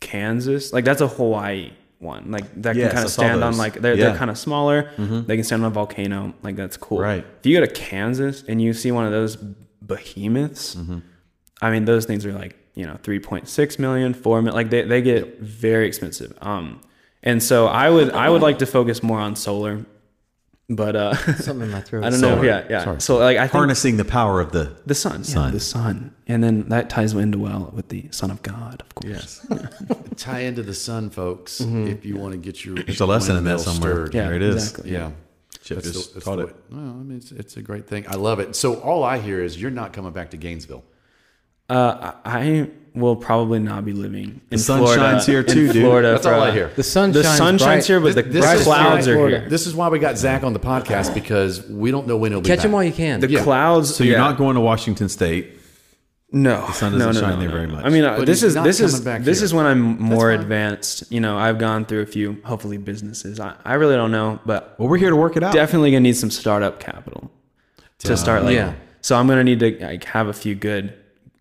C: kansas like that's a hawaii one like that
D: Yes,
C: can
D: I
C: kind of
D: saw
C: stand on
D: those.
C: like they're,
D: Yeah. Mm-hmm.
C: they're kind of smaller they can stand on a volcano like that's cool
D: Right.
C: if you go to kansas and you see one of those behemoths
D: Mm-hmm.
C: i mean those things are like you know 3.6 million 4 million like they, they get very expensive um and so i would i would like to focus more on solar but uh
A: Something in my throat.
C: i don't know
B: Solar.
C: yeah yeah so like i think
D: Harnessing the power of the.
C: the sun,
D: Sun.
C: Yeah, the sun, and then that ties into well with the Son of God, of course.
B: Tie into the sun, folks, if you want to get your
D: There's a lesson in that
B: windmill
D: somewhere.
B: stirred.
C: Mm-hmm. Yeah,
D: there it is.
C: exactly.
B: Yeah.
D: Chip
B: That's
D: just
B: the- that's
D: taught
B: the
D: it.
B: way- Well, I mean, it's, it's a great thing. I love it. So all I hear is you're not coming back to Gainesville.
C: Uh, I I will probably not be living in
D: sun
C: Florida.
D: shines here
C: in
D: too, dude.
C: Florida
B: That's
C: for,
B: all I
C: uh,
B: hear.
A: The sun
C: The
A: shines
C: sun
A: bright.
C: shines here, but the
B: This is
C: clouds
B: why-
C: are here.
B: This is why we got Zach on the podcast because we don't know when he'll be
A: Catch
B: back.
A: him while you can.
C: The
B: Yeah.
C: clouds.
D: So you're
C: yeah.
D: not going to Washington State.
C: No, the
D: sun
C: no,
D: doesn't
C: no,
D: shine
C: no,
D: there
C: no,
D: very
C: no.
D: much.
C: I mean, uh,
B: But
C: this
B: he's
C: is
B: not
C: this is
B: coming back
C: this
B: here.
C: is when I'm more
B: fine.
C: advanced. You know, I've gone through a few hopefully businesses. I, I really don't know, but
D: Well, we're here to work it out.
C: definitely gonna need some startup capital to start. Like,
A: Yeah.
C: so I'm gonna need to like have a few good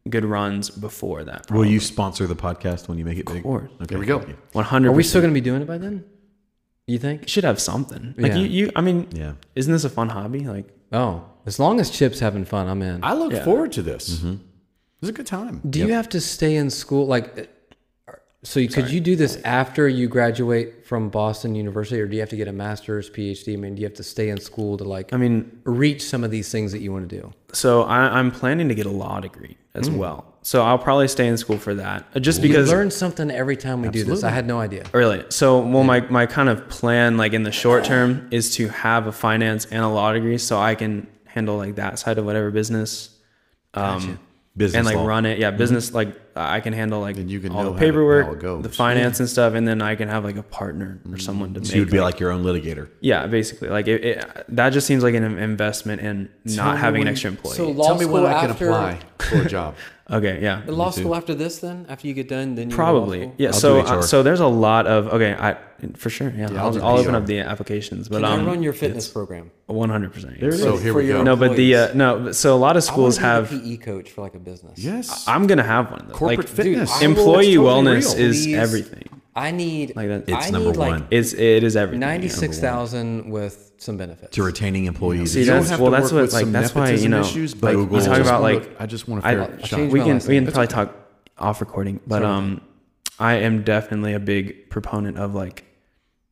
C: good runs before that.
D: Will you sponsor the podcast when you make it big? Of
C: course.
B: There we go.
C: One hundred.
A: Are we still going to be doing it by then? You think?
C: should have something. Like
A: Yeah.
C: you, you, I mean,
D: Yeah.
C: isn't this a fun hobby? Like,
A: Oh, as long as Chip's having fun, I'm in.
B: I look
C: Yeah.
B: forward to this. Mm-hmm. This is a good time.
A: Do you have to stay in school? Like, uh, so you, could you do this after you graduate from Boston University, or do you have to get a master's, PhD? I mean, do you have to stay in school to like
C: I mean,
A: reach some of these things that you want to do?
C: so I, I'm planning to get a law degree as well. So I'll probably stay in school for that, uh, just
A: Because
C: because.
A: learn something every time we do this. I had no idea.
C: Really. So, well, my, my kind of plan, like in the short term, is to have a finance and a law degree, so I can handle like that side of whatever business, um,
D: Business
C: and like
D: law. Mm-hmm.
C: run it. Yeah, business. Like I can handle like
B: And you can know
C: all the
B: how to-
C: paperwork,
B: how it goes. Mm-hmm.
C: the finance and stuff, and then I can have like a partner or someone to.
D: So
C: make,
D: you'd be like your own litigator.
C: Yeah, basically, like it, it, that just seems like an investment in not having an extra employee.
A: So law
B: Tell me
A: school
B: when I can
A: after
B: apply for a job.
C: okay, yeah,
A: law school after this, then after you get done, then you go to law
C: probably,
A: school?
C: yeah.
D: I'll
C: so,
D: do HR.
C: uh, so there's a lot of okay, I for sure, yeah.
B: Yeah, I'll
C: I'll,
B: do
C: I'll, open
B: PR.
C: up the applications, but
A: Can I run
C: um,
A: your fitness program?
C: one hundred percent.
B: so here we
A: your
B: go.
C: No, but the uh,
A: employees.
C: no, but- so a lot of
A: I wanna
C: schools
A: be
C: have.
A: a PE coach for like a business.
B: yes.
C: I'm gonna have one. Of those.
B: Corporate
C: like,
B: fitness.
A: I will-
C: employee
B: It's totally
C: wellness
B: real.
C: is
A: Please.
C: everything.
A: I need
C: Like that-
A: I
D: It's
A: need
D: number
A: like
D: one.
C: It's it is everything. yeah.
A: ninety six thousand with some benefits.
D: To retaining employees.
C: See,
B: You don't
C: that's-
B: have
C: well,
B: to
C: that's
B: work
C: what-
B: with
C: like,
B: some
C: that's why, you
B: nepotism
C: know,
B: issues,
C: like,
B: but
D: you
B: Google
D: talk
B: just
C: about,
B: wanna-
C: like,
B: I just want a
C: I-
B: fair
A: I'll
B: shot.
A: change
C: we
A: my
C: can
A: last
C: we
A: name.
C: can probably talk off recording, but um, I am definitely a big proponent of like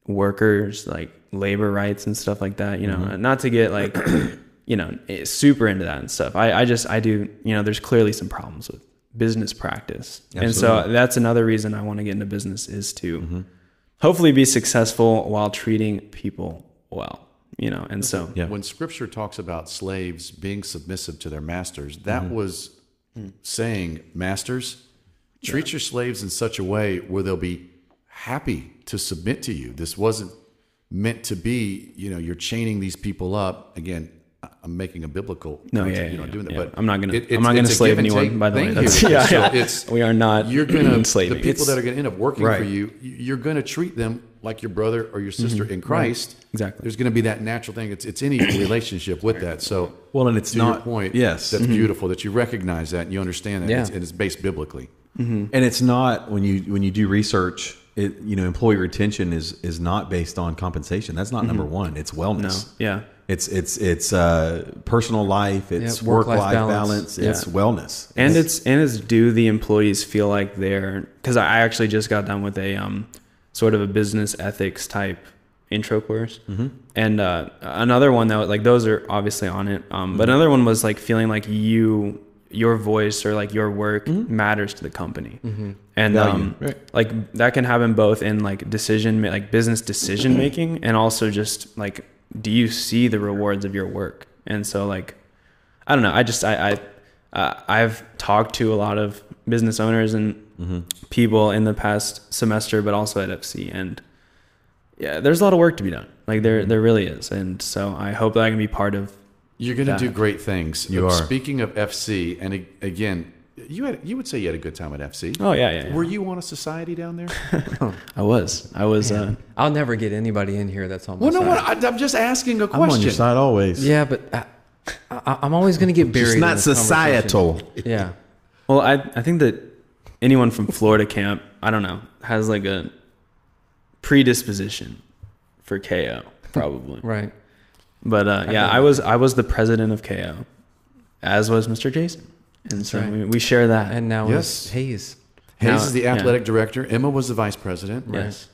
C: workers, like labor rights and stuff like that. You know,
B: Mm-hmm.
C: not to get like you know eh, super into that and stuff. I I just I do you know there's clearly some problems with business practice, and so that's another reason I want to get into business is to
B: Mm-hmm.
C: hopefully be successful while treating people well. You know, and so
D: Yeah.
B: When scripture talks about slaves being submissive to their masters, that
C: Mm-hmm.
B: was saying, Masters, treat your slaves in such a way where they'll be happy to submit to you. This wasn't meant to be, you know, you're chaining these people up. Again, I- I'm making a biblical
C: No,
B: point,
C: yeah,
B: you
C: yeah,
B: know, doing that,
C: yeah.
B: but
C: I'm not gonna-
B: it- it's-
C: I'm not gonna
B: it's a
C: slave
B: give and
C: anyone,
B: take
C: by the way.
B: thing
C: That's-
B: here.
C: yeah,
B: So
C: yeah.
B: it's-
C: We are not
B: You're gonna
C: enslaving.
B: the people
C: It's-
B: that are going to end up working for
D: Right.
B: you. y- You're going to treat them like your brother or your sister in Christ.
C: Mm-hmm. Exactly.
B: There's going to be that natural thing. It's it's any relationship with that. So
D: Well, and it's
B: to
D: not
B: your point.
D: Yes,
B: that's beautiful that you recognize that and you understand that,
A: Yeah.
B: it's, and it's based biblically. Mm-hmm.
D: and it's not when you when you do research. It you know employee retention is is not based on compensation. That's not
C: Mm-hmm.
D: number one. It's wellness.
C: yeah.
D: It's it's it's uh, personal life. It's
A: Yeah,
D: work
A: work-life
D: life
A: balance.
D: balance. It's wellness.
C: And it's and it's do the employees feel like they're because I actually just got done with a um sort of a business ethics type intro course, and uh, another one that was- like those are obviously on it, um, but another one was like feeling like you your voice or like your work matters to the company,
A: Mm-hmm.
C: and
D: Value,
C: um
D: right.
C: like that can happen both in like decision ma- like business decision making and also just like do you see the rewards of your work and so like I don't know. I just I I uh, I've talked to a lot of business owners and people in the past semester, but also at FC, and yeah, there's a lot of work to be done. Like there there really is, and so I hope that I can be part of.
B: You're going to
C: That-
B: do great things.
D: You are.
B: Speaking of FC, and a- again, you had you would say you had a good time at FC.
C: Oh yeah, yeah. yeah.
B: Were you on a society down there?
C: I was I was. Uh,
A: I'll never get anybody in here that's on my
B: well, no,
A: side.
B: what, I, I'm just asking a
D: I'm on your
B: question.
D: side always.
A: Yeah, but I, I, I'm always going to get buried.
D: It's
A: in
D: not
A: this conversation.
D: societal.
A: Yeah.
C: well, I I think that anyone from Florida camp, I don't know, has like a predisposition for KO probably.
A: Right.
C: But uh, yeah, I was I was the president of KO, as was Mr. Jason, and so
A: right.
C: we, we share that.
A: And now
B: Yes.
A: it's Hayes.
B: Hayes
C: Now-
B: is the
C: yeah.
B: athletic director. Emma was the vice president.
C: yes,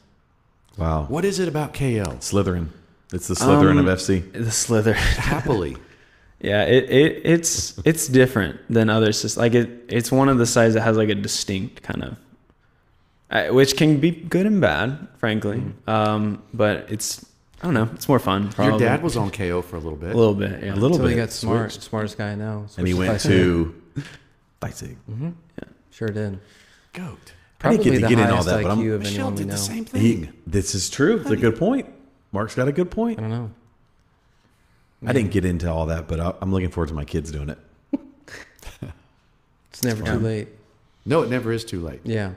D: Wow.
B: What is it about KL?
D: Slytherin. It's the Slytherin
C: Um,
D: of FC.
C: the Slither.
B: Happily.
C: yeah, it, it it's it's different than other sys- Like it it's one of the sides that has like a distinct kind of, uh, which can be good and bad, frankly. Um, but it's I don't know, it's more fun. Probably.
B: Your dad was on KO for a little bit.
C: a little bit,
D: A
C: yeah.
D: little
A: Until
D: bit.
A: he got smart.
D: switched.
A: Smartest guy I know.
D: And he
A: Switched
D: went
A: to Leipzig.
D: to Leipzig.
A: Sure did.
B: Goat.
D: I didn't
A: Probably
D: get to
A: the
D: get in all
A: highest
D: that, but I'm-
A: IQ of
B: Michelle
A: anyone we
B: did
A: know.
B: the same thing.
D: He, this is true. It's a good point. Mark's got a good point.
A: I don't know.
D: I didn't get into all that, but I, I'm looking forward to my kids doing it.
A: It's never too late.
B: No, it never is too late.
A: Yeah.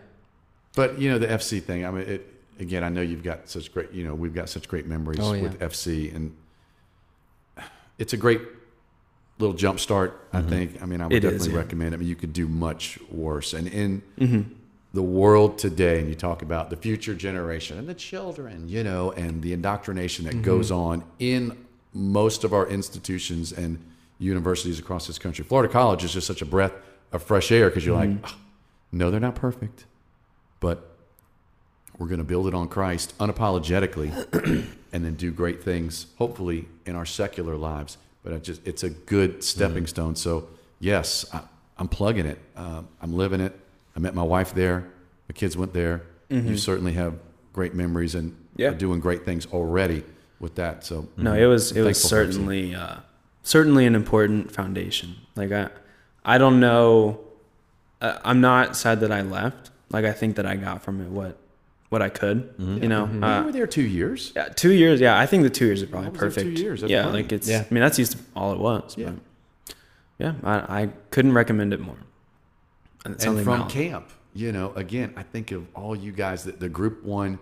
B: But you know the FC thing. I mean, it, again, I know you've got such great. You know, we've got such great memories
A: Oh, yeah.
B: with FC, and it's a great little jump start. I think. I mean, I would
C: Mm-hmm. It is,
B: definitely
C: yeah.
B: recommend. it. I mean, you could do much worse. And in
C: Mm-hmm.
B: the world today, and you talk about the future generation and the children, you know, and the indoctrination
C: Mm-hmm.
B: that goes on in most of our institutions and universities across this country. Florida College is just such a breath of fresh air because you're like, "Ah, no, they're not perfect, but we're going to build it on Christ unapologetically and then do great things, hopefully, in our secular lives. But I just, it's a good stepping stone. So, yes, I, I'm plugging it. Um, I'm living it. I met my wife there. My kids went there. You certainly have great memories and
C: Yeah.
B: are doing great things already with that. So,
C: No, it was it was
B: Mm-hmm. Thankful for it, too.
C: certainly uh, certainly an important foundation. Like I, I don't know. Uh, I'm not sad that I left. Like I think that I got from it what what I could. You know,
B: you
C: uh,
B: were there two years.
C: yeah, two years. Yeah, I think the two years are probably
B: I was there two
C: perfect.
B: years, that's
C: yeah,
B: plenty.
C: like it's.
A: Yeah.
C: I mean, that's used to all it was.
B: Yeah.
C: but yeah. I, I couldn't recommend it more. And, it's
B: and
C: something
B: from
C: about-
B: camp, you know, again, I think of all you guys that the group one,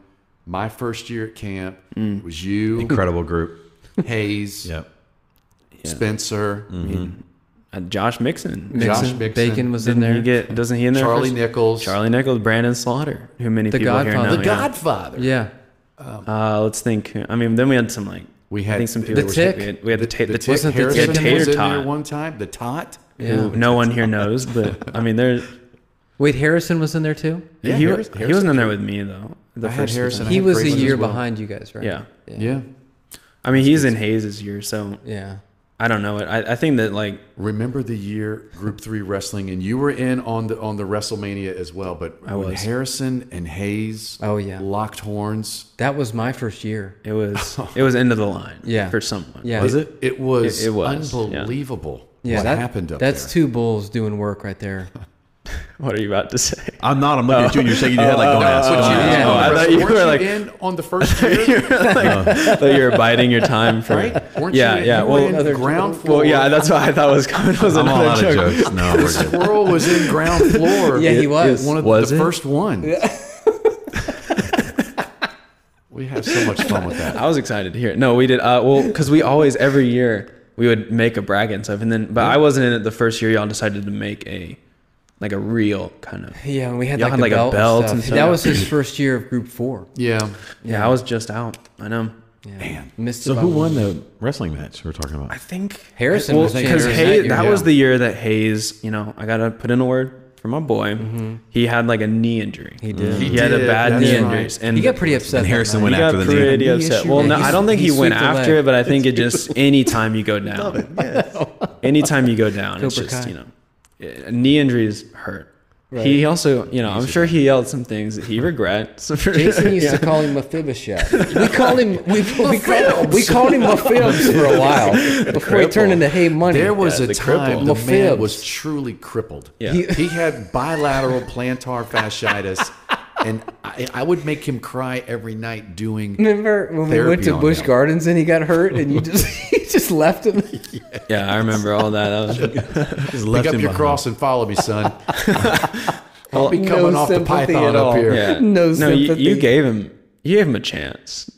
B: my first year at camp
C: Mm.
B: was you,
D: Incredible group.
B: Hayes,
D: Yep.
C: Yeah. Mm.
B: Spencer,
C: uh, Josh Mixon.
B: Josh
A: Mixon,
B: Mixon.
A: Bacon was in
C: Didn't he
A: there.
C: get? Doesn't he in there?
B: Charlie
C: first?
B: Nichols,
C: Charlie Nichols, Brandon Slaughter, who many
A: The
C: people here
A: Godfather.
C: know.
B: the
C: yeah.
B: Godfather.
A: Yeah.
C: Uh, let's think. I mean, then we had some like
B: We
C: I
B: had
C: think some people
A: The
C: were
A: Tick.
C: we had, we had the, ta- the,
B: the Tick
A: wasn't the
B: Harrison
A: Tick-
B: was
C: Tater
B: in there
C: Tot.
B: one time. The Tot.
A: Yeah.
C: who no one here knows, but I mean, there
A: Wait, Harrison was in there too?
B: Yeah,
C: he,
B: Harris-
C: he wasn't
B: Harrison
C: in there with me though. The
B: I had Harrison.
A: He
B: had
A: was a
B: Grayson as
A: year
B: well.
A: behind you guys, right?
C: Yeah.
A: Yeah.
B: Yeah.
C: I mean, he's in Hayes' year, so
A: Yeah.
C: I don't know. I, I think that like
B: Remember the year Group Three Wrestling, and you were in on the on the WrestleMania as well. But
C: I
B: when
C: was.
B: Harrison and Hayes,
A: Oh, yeah.
B: locked horns.
A: That was my first year.
C: it was it was end of the line.
A: Yeah.
C: for someone.
A: Yeah.
D: Was it?
B: It was,
C: It- it was, yeah.
B: unbelievable.
A: Yeah,
B: what
A: that
B: happened up
A: That's
B: there.
A: two bulls doing work right there.
C: What are you about to say?
D: I'm not. I'm looking at you and you're shaking your head like, don't ask.
B: That's what
D: don't
B: you
D: ask.
B: did.
C: Oh, I thought you
B: Weren't
C: were like-
B: in on the first year,
C: that you're biding your time for.
B: right? Weren't
C: Yeah,
B: you,
C: yeah.
B: You
C: Well,
B: were in
A: other-
B: ground floor.
C: Well, yeah, that's what I thought was coming was
D: I'm all out
C: another
D: of
C: joke.
D: jokes. No, we're good.
B: Squirrel was in ground floor.
A: Yeah, he was.
B: One of
D: Was
B: the
D: it?
B: first one. we have so much fun with that.
C: I was excited to hear it. No, we did. Uh, well, because we always every year we would make a bracket and stuff, and then but I wasn't in it the first year. Y'all decided to make a like a real kind of.
A: Yeah, and we had like,
C: Y'all had,
A: a,
C: like, a
A: belt
C: belt
A: and
C: and
A: stuff.
C: stuff.
A: That was his first year of Group Four.
B: Yeah,
C: Yeah, I was just out. I know.
A: Yeah. Man, missed it
D: So
A: by
D: who
A: one.
D: won the wrestling match we're talking about?
C: I think
A: Harrison
C: Well,
A: was taking
C: because
A: hers
C: Hayes,
A: that
C: that,
A: year.
C: was
B: Yeah.
C: the year that Hayes. You know, I gotta put in a word for my boy. He had like a knee injury. He
A: Mm-hmm. did.
C: He,
B: He
C: had
B: did,
C: a bad
B: that's
C: knee
B: right.
C: injury, and
A: He got pretty upset.
D: And
A: that
D: Harrison
A: night.
D: went
C: He got
D: after the knee.
C: pretty
B: knee
C: upset.
B: issue.
C: Well,
B: Yeah,
C: no,
B: he
C: I
A: s-
C: don't think
A: he
C: he, went
A: sweeped the
C: after
A: leg.
C: it, but I think it just anytime you go down, anytime you go down, it's
A: Cobra
C: just
A: Kai.
C: you know, eh, knee injuries hurt. He also, you know, I'm sure he yelled some things that he regrets.
A: Jason used to call him Mephibosheth. We called him we, we, called, we called him Mephibs for a while before he turned into Hey Money.
B: there was a
C: Yeah, the
B: time
C: cripple.
B: the
A: The
B: man
A: fibs.
B: was truly crippled.
C: Yeah.
B: He, he had bilateral plantar fasciitis, and I, I would make him cry every night doing.
A: Remember when we
B: Therapy
A: went to
B: on
A: Bush
B: him.
A: Gardens and he got hurt and you just you just left him?
C: yeah, I remember all that. that was,
D: Just
B: Pick
D: left
B: up
D: him
B: your
D: behind.
B: cross and follow me, son. I'll be
A: No
B: coming off the
A: sympathy
B: python
A: at
B: up
A: all.
B: here.
C: yeah.
A: No
C: you,
A: sympathy.
C: you gave him, you gave him a chance.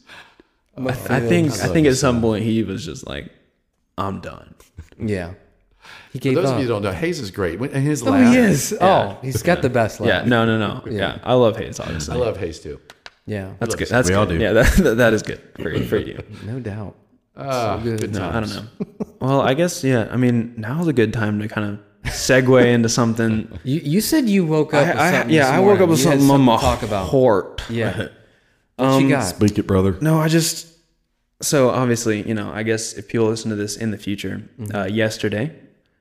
C: I think, I,
B: love
C: think
B: you
C: at some point he was just like, I'm done.
A: Yeah. He
B: For
A: gave
B: those
A: up.
B: of you who don't know, Hayes is great. When- And his
A: oh,
B: laugh.
A: he is. Oh, he's got the best laugh.
C: Yeah, no, no, no. Yeah, I love Hayes, obviously.
B: I love Hayes too.
A: Yeah.
C: that's good. That's
D: We
C: good.
D: all do.
C: Yeah, that, that- that is good for, for you.
A: No doubt.
B: Ah,
A: good.
B: good
C: No,
B: times.
C: I don't know. Well, I guess yeah. I mean, now's a good time to kind of segue into something.
A: You you said you woke up.
C: I,
A: with
C: I-
A: something
C: yeah,
A: this
C: I woke up
A: morning.
C: with
A: You had
C: something on my
A: to talk about.
C: heart.
A: yeah. What you got?
D: Speak it, brother.
C: No, I just so obviously you know. I guess if people listen to this in the future, uh, yesterday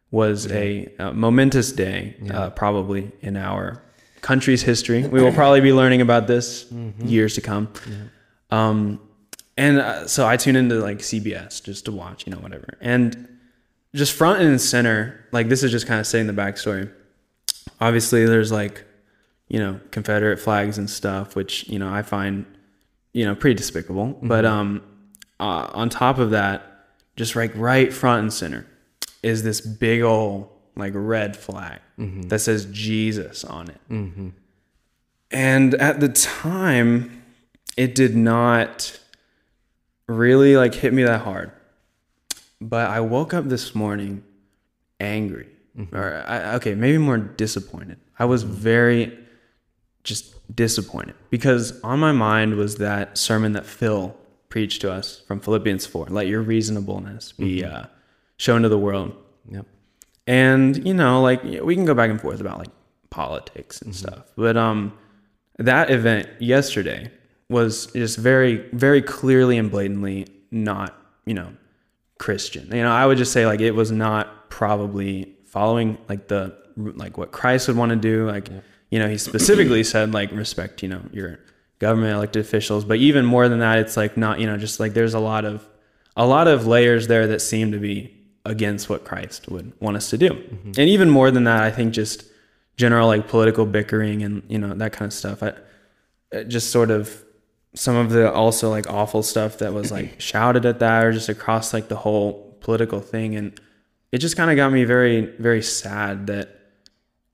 C: was a uh, momentous day, uh, probably in our country's history. We will probably be learning about this years to come. Um, and uh, so I tune into like CBS just to watch, you know, whatever. And just front and center, like this is just kind of saying the backstory. Obviously, there's like, you know, Confederate flags and stuff, which you know I find, you know, pretty despicable. But um, uh, on top of that, just like right front and center is this big old like red flag that says Jesus on it. And at the time, it did not really like hit me that hard. But I woke up this morning angry, or I, okay, maybe more disappointed. I was very just disappointed because on my mind was that sermon that Phil preached to us from Philippians 4 let your reasonableness be uh, shown to the world.
A: Yep.
C: And, you know, like we can go back and forth about like politics and stuff. But um that event yesterday was just very very clearly and blatantly not, you know, Christian. You know, I would just say like it was not probably following like the like what Christ would want to do. Like, you know, he specifically said like respect, you know, your government elected officials, but even more than that, it's like not, you know, just like there's a lot of a lot of layers there that seem to be against what Christ would want us to do. And even more than that, I think just general like political bickering and, you know, that kind of stuff. I uh, just sort of some of the also like awful stuff that was like shouted at that or just across like the whole political thing and it just kind of got me very very sad that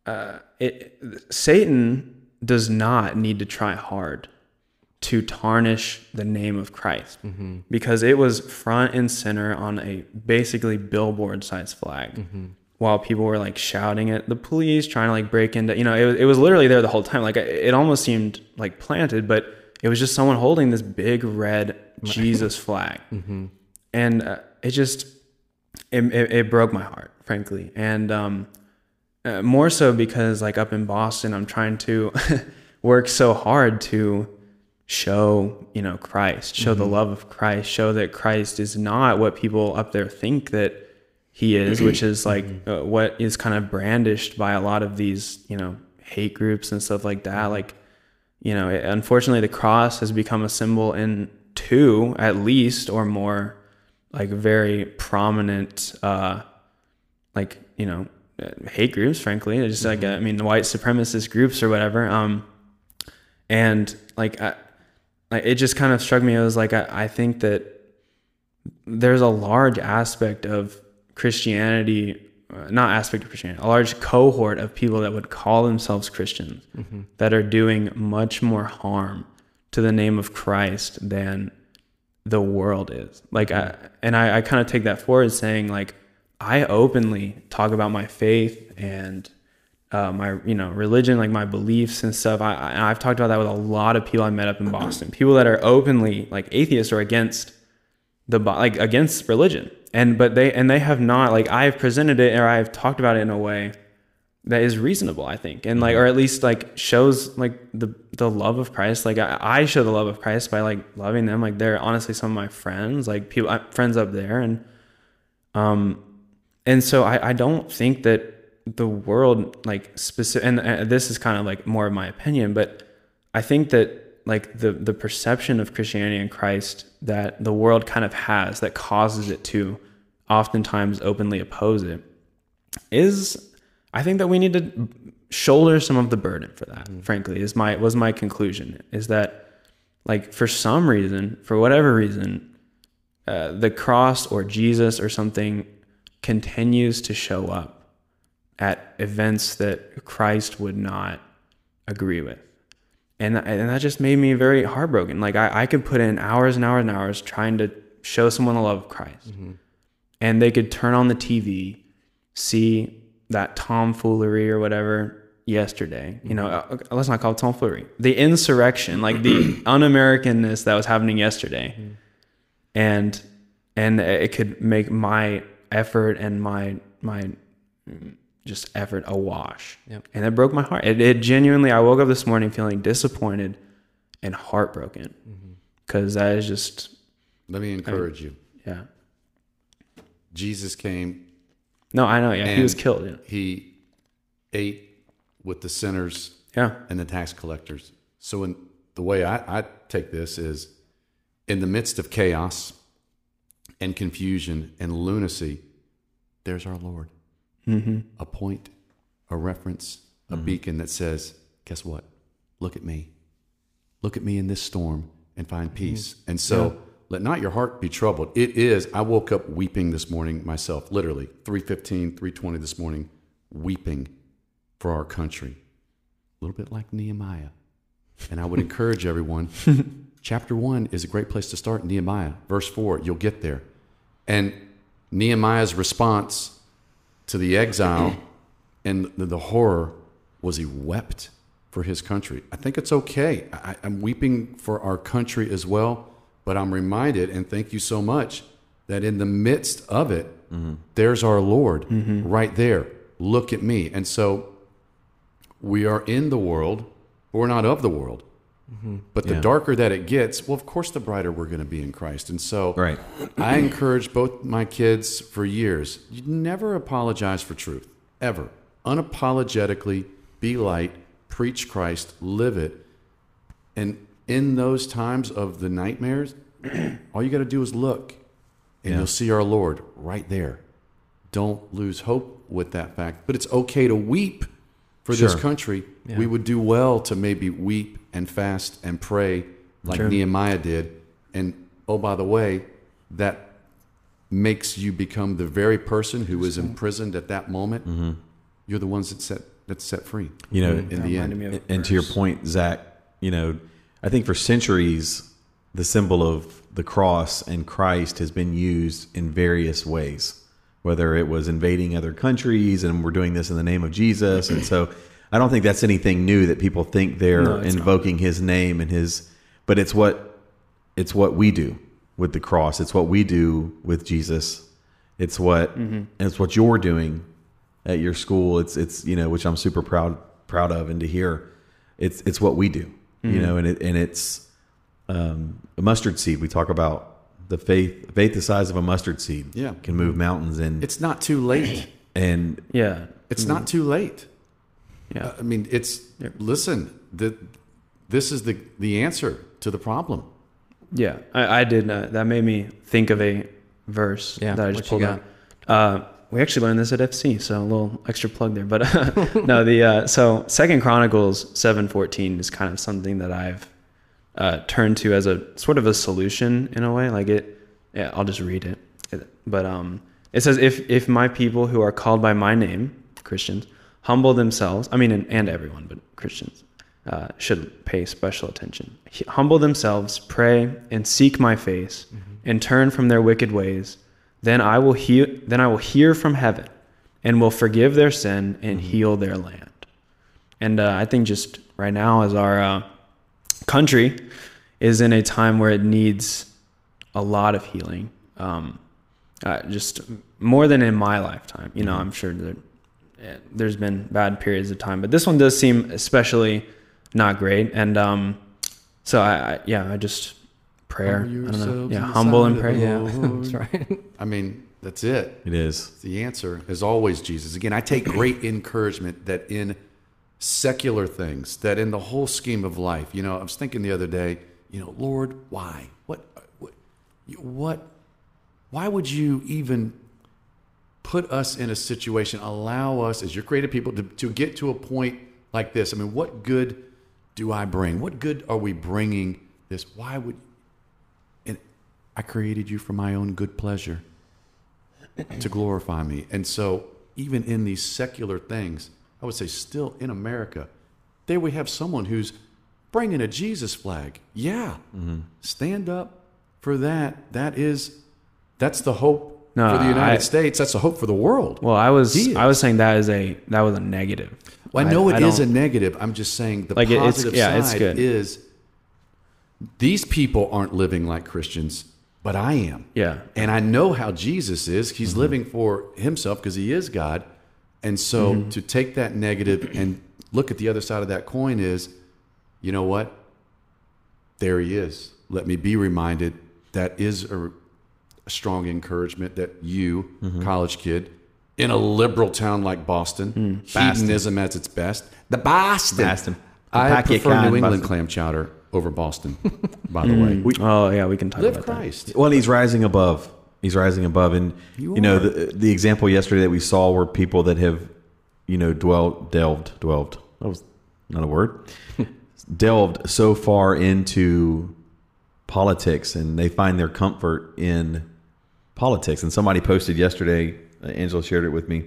C: uh it satan does not need to try hard to tarnish the name of Christ because it was front and center on a basically billboard size flag while people were like shouting at the police, trying to like break into, you know, it was, it was literally there the whole time. Like it it almost seemed like planted, but it was just someone holding this big red Jesus flag. And uh, it just, it, it, it broke my heart, frankly. And, um, uh, more so because like up in Boston, I'm trying to work so hard to show, you know, Christ, show the love of Christ, show that Christ is not what people up there think that he is, which is like uh, what is kind of brandished by a lot of these, you know, hate groups and stuff like that. Like, you know, it, unfortunately, the cross has become a symbol in two, at least, or more, like very prominent, uh, like you know uh, hate groups, frankly. It's just like uh, I mean, the white supremacist groups or whatever. Um, and like, I, like it just kind of struck me. It was like I, I think that there's a large aspect of Christianity, uh, not aspect of Christianity, a large cohort of people that would call themselves Christians that are doing much more harm to the name of Christ than the world is like I, and i, I kind of take that forward as saying like i openly talk about my faith and uh, my you know religion like my beliefs and stuff I, I and i've talked about that with a lot of people i met up in boston people that are openly like atheists or against the bo- like against religion and but they and they have not like i have presented it or i have talked about it in a way that is reasonable i think and like or at least like shows like the the love of christ like i, I show the love of christ by like loving them like they're honestly some of my friends like people I- friends up there and um and so i i don't think that the world like specific and uh, this is kind of like more of my opinion but i think that like the the perception of christianity and christ that the world kind of has that causes it to oftentimes openly oppose it is I think that we need to shoulder some of the burden for that. Frankly, is my was my conclusion is that like for some reason, for whatever reason, uh, the cross or Jesus or something continues to show up at events that Christ would not agree with. And, and that just made me very heartbroken. Like I, I could put in hours and hours and hours trying to show someone the love of Christ and they could turn on the TV, see that tomfoolery or whatever yesterday. You know, uh, let's not call it tomfoolery. The insurrection, like the un-Americanness that was happening yesterday, and and it could make my effort and my my mm, just effort awash.
A: Yep.
C: And it broke my heart. It, it genuinely. I woke up this morning feeling disappointed and heartbroken because that is just
B: Ah, Let me encourage you.
C: yeah.
B: Jesus came,
C: No, I know. Yeah, he was
B: And-
C: killed. Yeah.
B: he ate with the sinners
C: yeah.
B: and the tax collectors. So, in the way I, I take this is, in the midst of chaos and confusion and lunacy, there's our Lord. A point, a reference, a beacon that says, "Guess what? Look at me. Look at me in this storm and find peace." And so. Let not your heart be troubled. It is. I woke up weeping this morning myself, literally 315, 320 this morning, weeping for our country a little bit like Nehemiah. And I would encourage everyone. chapter one is a great place to start. Nehemiah, verse four, you'll get there. And Nehemiah's response to the exile and the, the horror was he wept for his country. I think it's okay. I, I'm weeping for our country as well, but I'm reminded, and thank you so much, that in the midst of it, there's our Lord right there. Look at me. And so we are in the world, but we're not of the world. But the darker that it gets, well, of course, the brighter we're going to be in Christ. And so,
D: Right.
B: I encouraged both my kids for years you never apologize for truth, ever. Unapologetically be light, preach Christ, live it. And in those times of the nightmares, all you got to do is look and you'll see our Lord right there. Don't lose hope with that fact. But it's okay to weep for this country. We would do well to maybe weep and fast and pray like Nehemiah did. And oh, by the way, that makes you become the very person who was imprisoned at that moment. You're the ones that set, that's set free
D: You know,
B: in the end.
D: And- and to your point, Zach, you know, I think for centuries the symbol of the cross and Christ has been used in various ways. Whether it was invading other countries and we're doing this in the name of Jesus, and so I don't think that's anything new that people think they're invoking His name and His, but it's what it's what we do with the cross. It's what we do with Jesus. It's what
B: Mm-hmm.
D: and it's what you're doing at your school. It's it's you know which I'm super proud proud of and to hear. It's it's what we do,
B: Mm-hmm.
D: you know, and it and it's um, a mustard seed. We talk about the faith faith the size of a mustard seed.
B: Yeah.
D: can move mountains and
B: It's not too late.
D: and
C: Yeah.
B: It's not too late.
C: Mm-hmm. Yeah.
B: I mean, it's listen. The, this is the the answer to the problem.
C: Yeah, I, I did. Uh, that made me think of a verse
A: Yeah,
C: that I
A: what
C: just
A: you
C: pulled
A: got?
C: out. Uh, we actually learned this at FC, so a little extra plug there. But no, the uh, so Second Chronicles seven fourteen is kind of something that I've uh, turned to as a sort of a solution in a way. Like it, yeah, I'll just read it. It- But um, it says, if if my people who are called by my name, Christians, humble themselves, I mean, and, and everyone, but Christians uh, should pay special attention. H- Humble themselves, pray, and seek my face, and turn from their wicked ways. Then I will hear. Then I will hear from heaven, and will forgive their sin and heal their land. And uh, I think just right now, as our uh, country is in a time where it needs a lot of healing, um, uh, just more than in my lifetime. You know,
B: Mm-hmm.
C: I'm sure that eh, there's been bad periods of time, but this one does seem especially not great. And um, so, I, I yeah, I just prayer.
B: Humble
C: I don't
B: yourselves
C: know.
B: in
C: Yeah,
B: the
C: humble
B: sight
C: and
B: of
C: pray.
B: the
C: Yeah.
A: Yeah, that's right.
B: I mean, that's it.
D: It is.
B: The answer is always Jesus. Again, I take great encouragement that in secular things, that in the whole scheme of life, you know, I was thinking the other day, you know, Lord, why? What, what, what, why would you even put us in a situation, allow us as your created people to, to get to a point like this? I mean, what good do I bring? What good are we bringing this? Why would, and I created you for my own good pleasure to glorify me. And so, even in these secular things, I would say, still in America, there we have someone who's bringing a Jesus flag. Yeah,
C: Mm-hmm.
B: stand up for that. That is, that's the hope
C: No,
B: for the United
C: I-
B: States. That's the hope for the world.
C: Well, I was
B: He
C: I was saying that is a that was a negative.
B: Well, I know it is a
C: don't-
B: negative. I'm just saying the
C: Like, it- it's-
B: positive
C: yeah, it's
B: side
C: good.
B: is these people aren't living like Christians, but I am.
C: yeah.
B: And I know how Jesus is. He's living for himself because he is God. And so to take that negative and look at the other side of that coin is, you know what? There he is. Let me be reminded that is a, a strong encouragement that you, college kid, in a liberal town like Boston, hedonism as its best, the Boston.
D: Boston.
B: I
D: Pack your
B: prefer
D: can,
B: New England
D: Boston.
B: clam chowder over Boston, by the way. We
C: Oh yeah, we can talk
B: live
C: about that.
B: Christ.
D: Well, and he's rising above. He's rising above, and you, know the the example yesterday that we saw were people that have, you know, dwelt, delved, dwelt. That was not a word. delved so far into politics, and they find their comfort in politics. And somebody posted yesterday. uh, Angela shared it with me.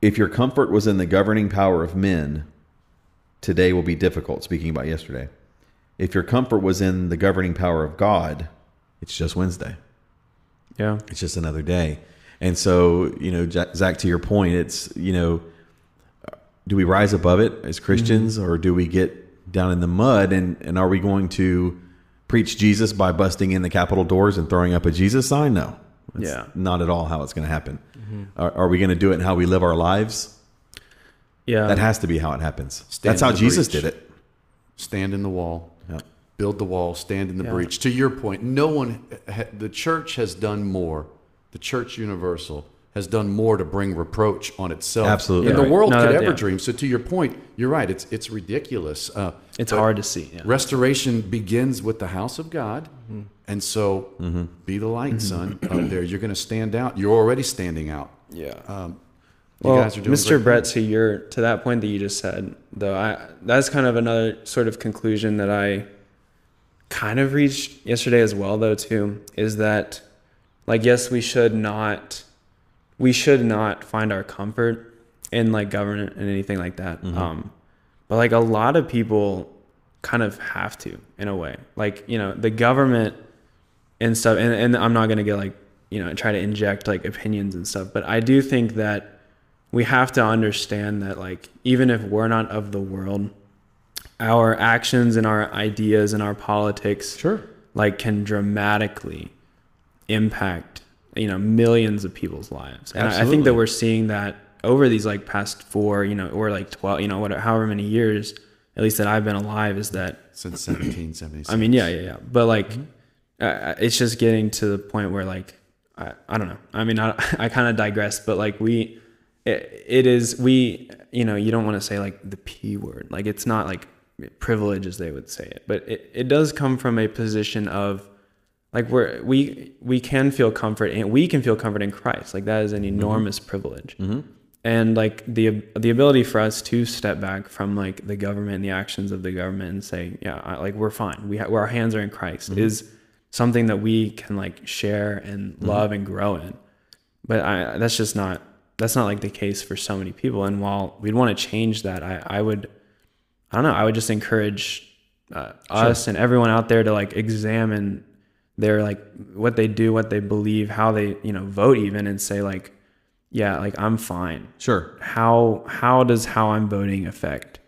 D: If your comfort was in the governing power of men, today will be difficult. Speaking about yesterday. If your comfort was in the governing power of God, it's just Wednesday.
C: Yeah.
D: It's just another day. And so, you know, Ja- Zach, to your point, it's, you know, do we rise above it as Christians
B: Mm-hmm.
D: or do we get down in the mud? And, and are we going to preach Jesus by busting in the Capitol doors and throwing up a Jesus sign? No. That's
C: Yeah.
D: Not at all how it's going to happen.
B: Mm-hmm.
D: Are, are we going to do it in how we live our lives?
C: Yeah.
D: That has to be how it happens.
B: Um, Stand
D: That's how
B: in the
D: Jesus
B: breach.
D: did it.
B: stand in the wall,
D: Yeah.
B: build the wall, stand in the
C: Yeah.
B: breach. To your point, no one, ha- the church has done more. The church universal has done more to bring reproach on itself
D: Absolutely
B: than
D: right.
B: the world
C: No,
B: could
C: that-
B: ever
C: yeah.
B: dream. So to your point, you're right. It's it's ridiculous. Uh,
C: it's
B: but
C: hard to see. Yeah.
B: Restoration begins with the house of God,
C: Mm-hmm.
B: and so be the light, son. Up there, you're going to stand out. You're already standing out.
C: yeah.
B: Um, you
C: Well,
B: guys are doing
C: Mr.
B: great
C: Brett, to your to that point that you just said, though, I that's kind of another sort of conclusion that I kind of reached yesterday as well, though, too, is that like yes, we should not we should not find our comfort in like government and anything like that. Um, but like a lot of people kind of have to in a way, like you know, the government and stuff and, and i'm not going to get like you know try to inject like opinions and stuff but i do think that we have to understand that like even if we're not of the world our actions and our ideas and our politics
D: Sure.
C: like can dramatically impact you know millions of people's lives and I, I think
D: Absolutely.
C: that we're seeing that over these like past four you know or like 12 you know whatever however many years at least that i've been alive is that
B: since 1776.
C: I mean, yeah, yeah, yeah. But like, uh, it's just getting to the point where like, I, I don't know. I mean, I, I kind of digress, but like we, it, it is, we, you know, you don't want to say like the P word. Like it's not like privilege as they would say it, but it, it does come from a position of Like we're we we can feel comfort and we can feel comfort in Christ. Like that is an enormous privilege. And like the the ability for us to step back from like the government and the actions of the government and say, yeah, I, like we're fine. We ha- where our hands are in Christ is something that we can like share and love and grow in. But I that's just not that's not like the case for so many people. And while we'd want to change that, I I would I don't know. I would just encourage uh, us and everyone out there to like examine their like what they do, what they believe, how they you know vote even, and say like, yeah, like I'm fine.
D: Sure.
C: How how does how I'm voting affect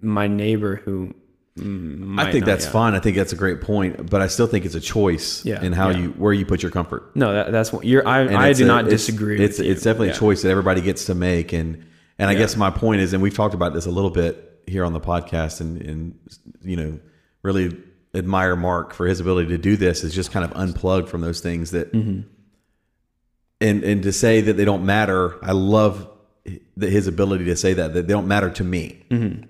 C: my neighbor who? mm,
D: I
C: might
D: think
C: not-
D: that's
C: yeah.
D: fine. I think that's a great point, but I still think it's a choice
C: Yeah,
D: in how
C: yeah.
D: you where you put your comfort.
C: No, that, that's what you're. I
D: And
C: I
D: it's
C: do
D: a-
C: not
D: it's-
C: disagree.
D: It's
C: with you.
D: it's definitely
C: Yeah.
D: a choice that everybody gets to make, and and I guess my point is, and we've talked about this a little bit here on the podcast, and and you know, really admire Mark for his ability to do this is just kind of unplug from those things that,
C: Mm-hmm.
D: and and to say that they don't matter. I love hi- that his ability to say that that they don't matter to me.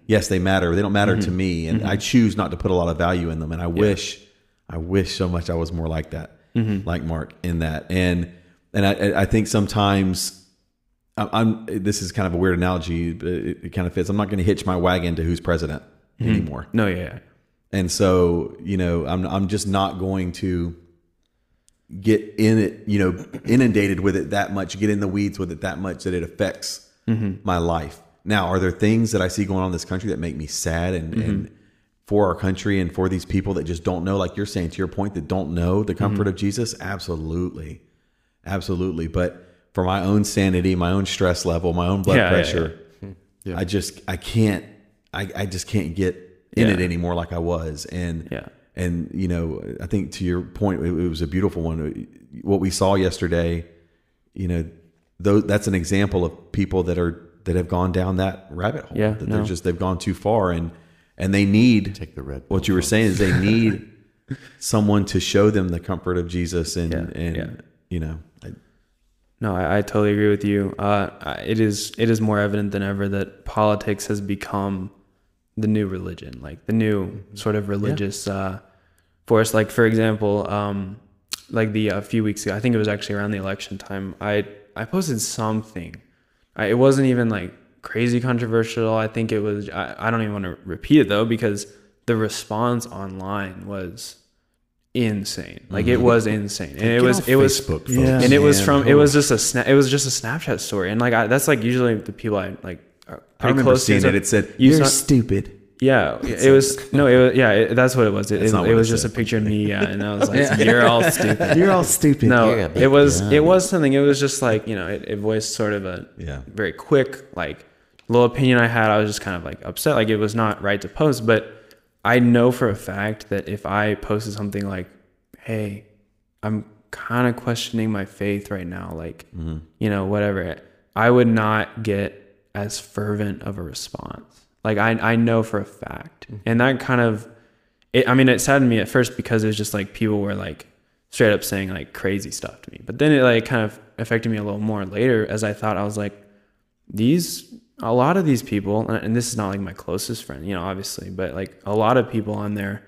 D: Yes, they matter. but They don't matter to me, and I choose not to put a lot of value in them. And I wish, I wish so much I was more like that, like Mark in that. And and I- I, I think sometimes I'm, I'm. This is kind of a weird analogy, but it, it kind of fits. I'm not going to hitch my wagon to who's president anymore.
C: No, yeah, yeah.
D: And so, you know, I'm I'm just not going to get in it, you know, inundated with it that much, get in the weeds with it that much that it affects
C: Mm-hmm.
D: my life. Now, are there things that I see going on in this country that make me sad and,
C: Mm-hmm.
D: and for our country and for these people that just don't know, like you're saying to your point, that don't know the
C: Mm-hmm.
D: comfort of Jesus? Absolutely. Absolutely. But for my own sanity, my own stress level, my own blood
C: Yeah, Hmm. yeah,
D: pressure, I just I can't I, I just can't get in
C: Yeah.
D: it anymore like I was. And
C: Yeah.
D: and you know, I think to your point, it, it was a beautiful one. What we saw yesterday, you know, though that's an example of people that are that have gone down that rabbit hole.
C: Yeah,
D: that they're
C: no.
D: just they've gone too far and and they need
B: Take the red
D: What
B: pill,
D: you were
B: folks.
D: saying is they need someone to show them the comfort of Jesus and
C: Yeah,
D: and
C: yeah.
D: you know. I-
C: No, I, I totally agree with you. Uh, I- it is it is more evident than ever that politics has become the new religion, like the new
B: Mm-hmm.
C: sort of religious uh, force. Like for example, um, like the a few weeks ago, I think it was actually around the election time. I I posted something. I, it wasn't even like crazy controversial. I think it was. I, I don't even want to repeat it though because the response online was insane. Like it was insane, and it
B: Mm-hmm. Get
C: was
B: off
C: it was
B: Facebook, folks.
D: Yeah.
C: and it was
D: Man,
C: from it
D: oh.
C: was just a sna- it was just a Snapchat story, and like I, that's like usually the people I like. Are pretty
D: I remember
C: close to.
D: seeing
C: So
D: it. It said,
C: you
D: "You're
C: saw-
D: stupid."
C: yeah, it was no, it was yeah, it, that's what it was. It, it,
D: not what
C: it
D: it
C: was just a
D: said.
C: picture of me, yeah, and I was like, "You're all stupid."
D: You're all stupid.
C: No,
A: Yeah,
C: it was it was something. It was just like you know, it, it voiced sort of a
D: Yeah.
C: very quick like little opinion I had. I was just kind of like upset, like it was not right to post. But I know for a fact that if I posted something like, "Hey, I'm kind of questioning my faith right now," like you know, whatever, I would not get as fervent of a response. Like I I know for a fact, and that kind of it, I mean, it saddened me at first because it was just like people were like straight up saying like crazy stuff to me. But then it like kind of affected me a little more later as I thought I was like, these, a lot of these people, and and this is not like my closest friend, you know, obviously, but like a lot of people on there,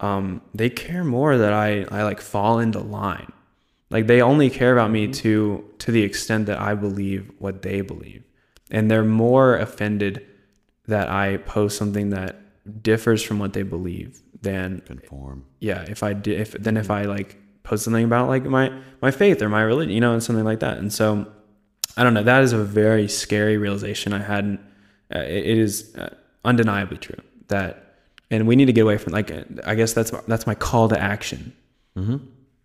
C: um, they care more that I, I like fall into line. Like they only care about me to to the extent that I believe what they believe. And they're more offended that I post something that differs from what they believe than
B: Conform.
C: yeah if i did if then
B: Mm-hmm.
C: if i like post something about like my my faith or my religion you know and something like that and so i don't know that is a very scary realization i hadn't uh, it, it is uh, undeniably true that and we need to get away from like uh, i guess that's my, that's my call to action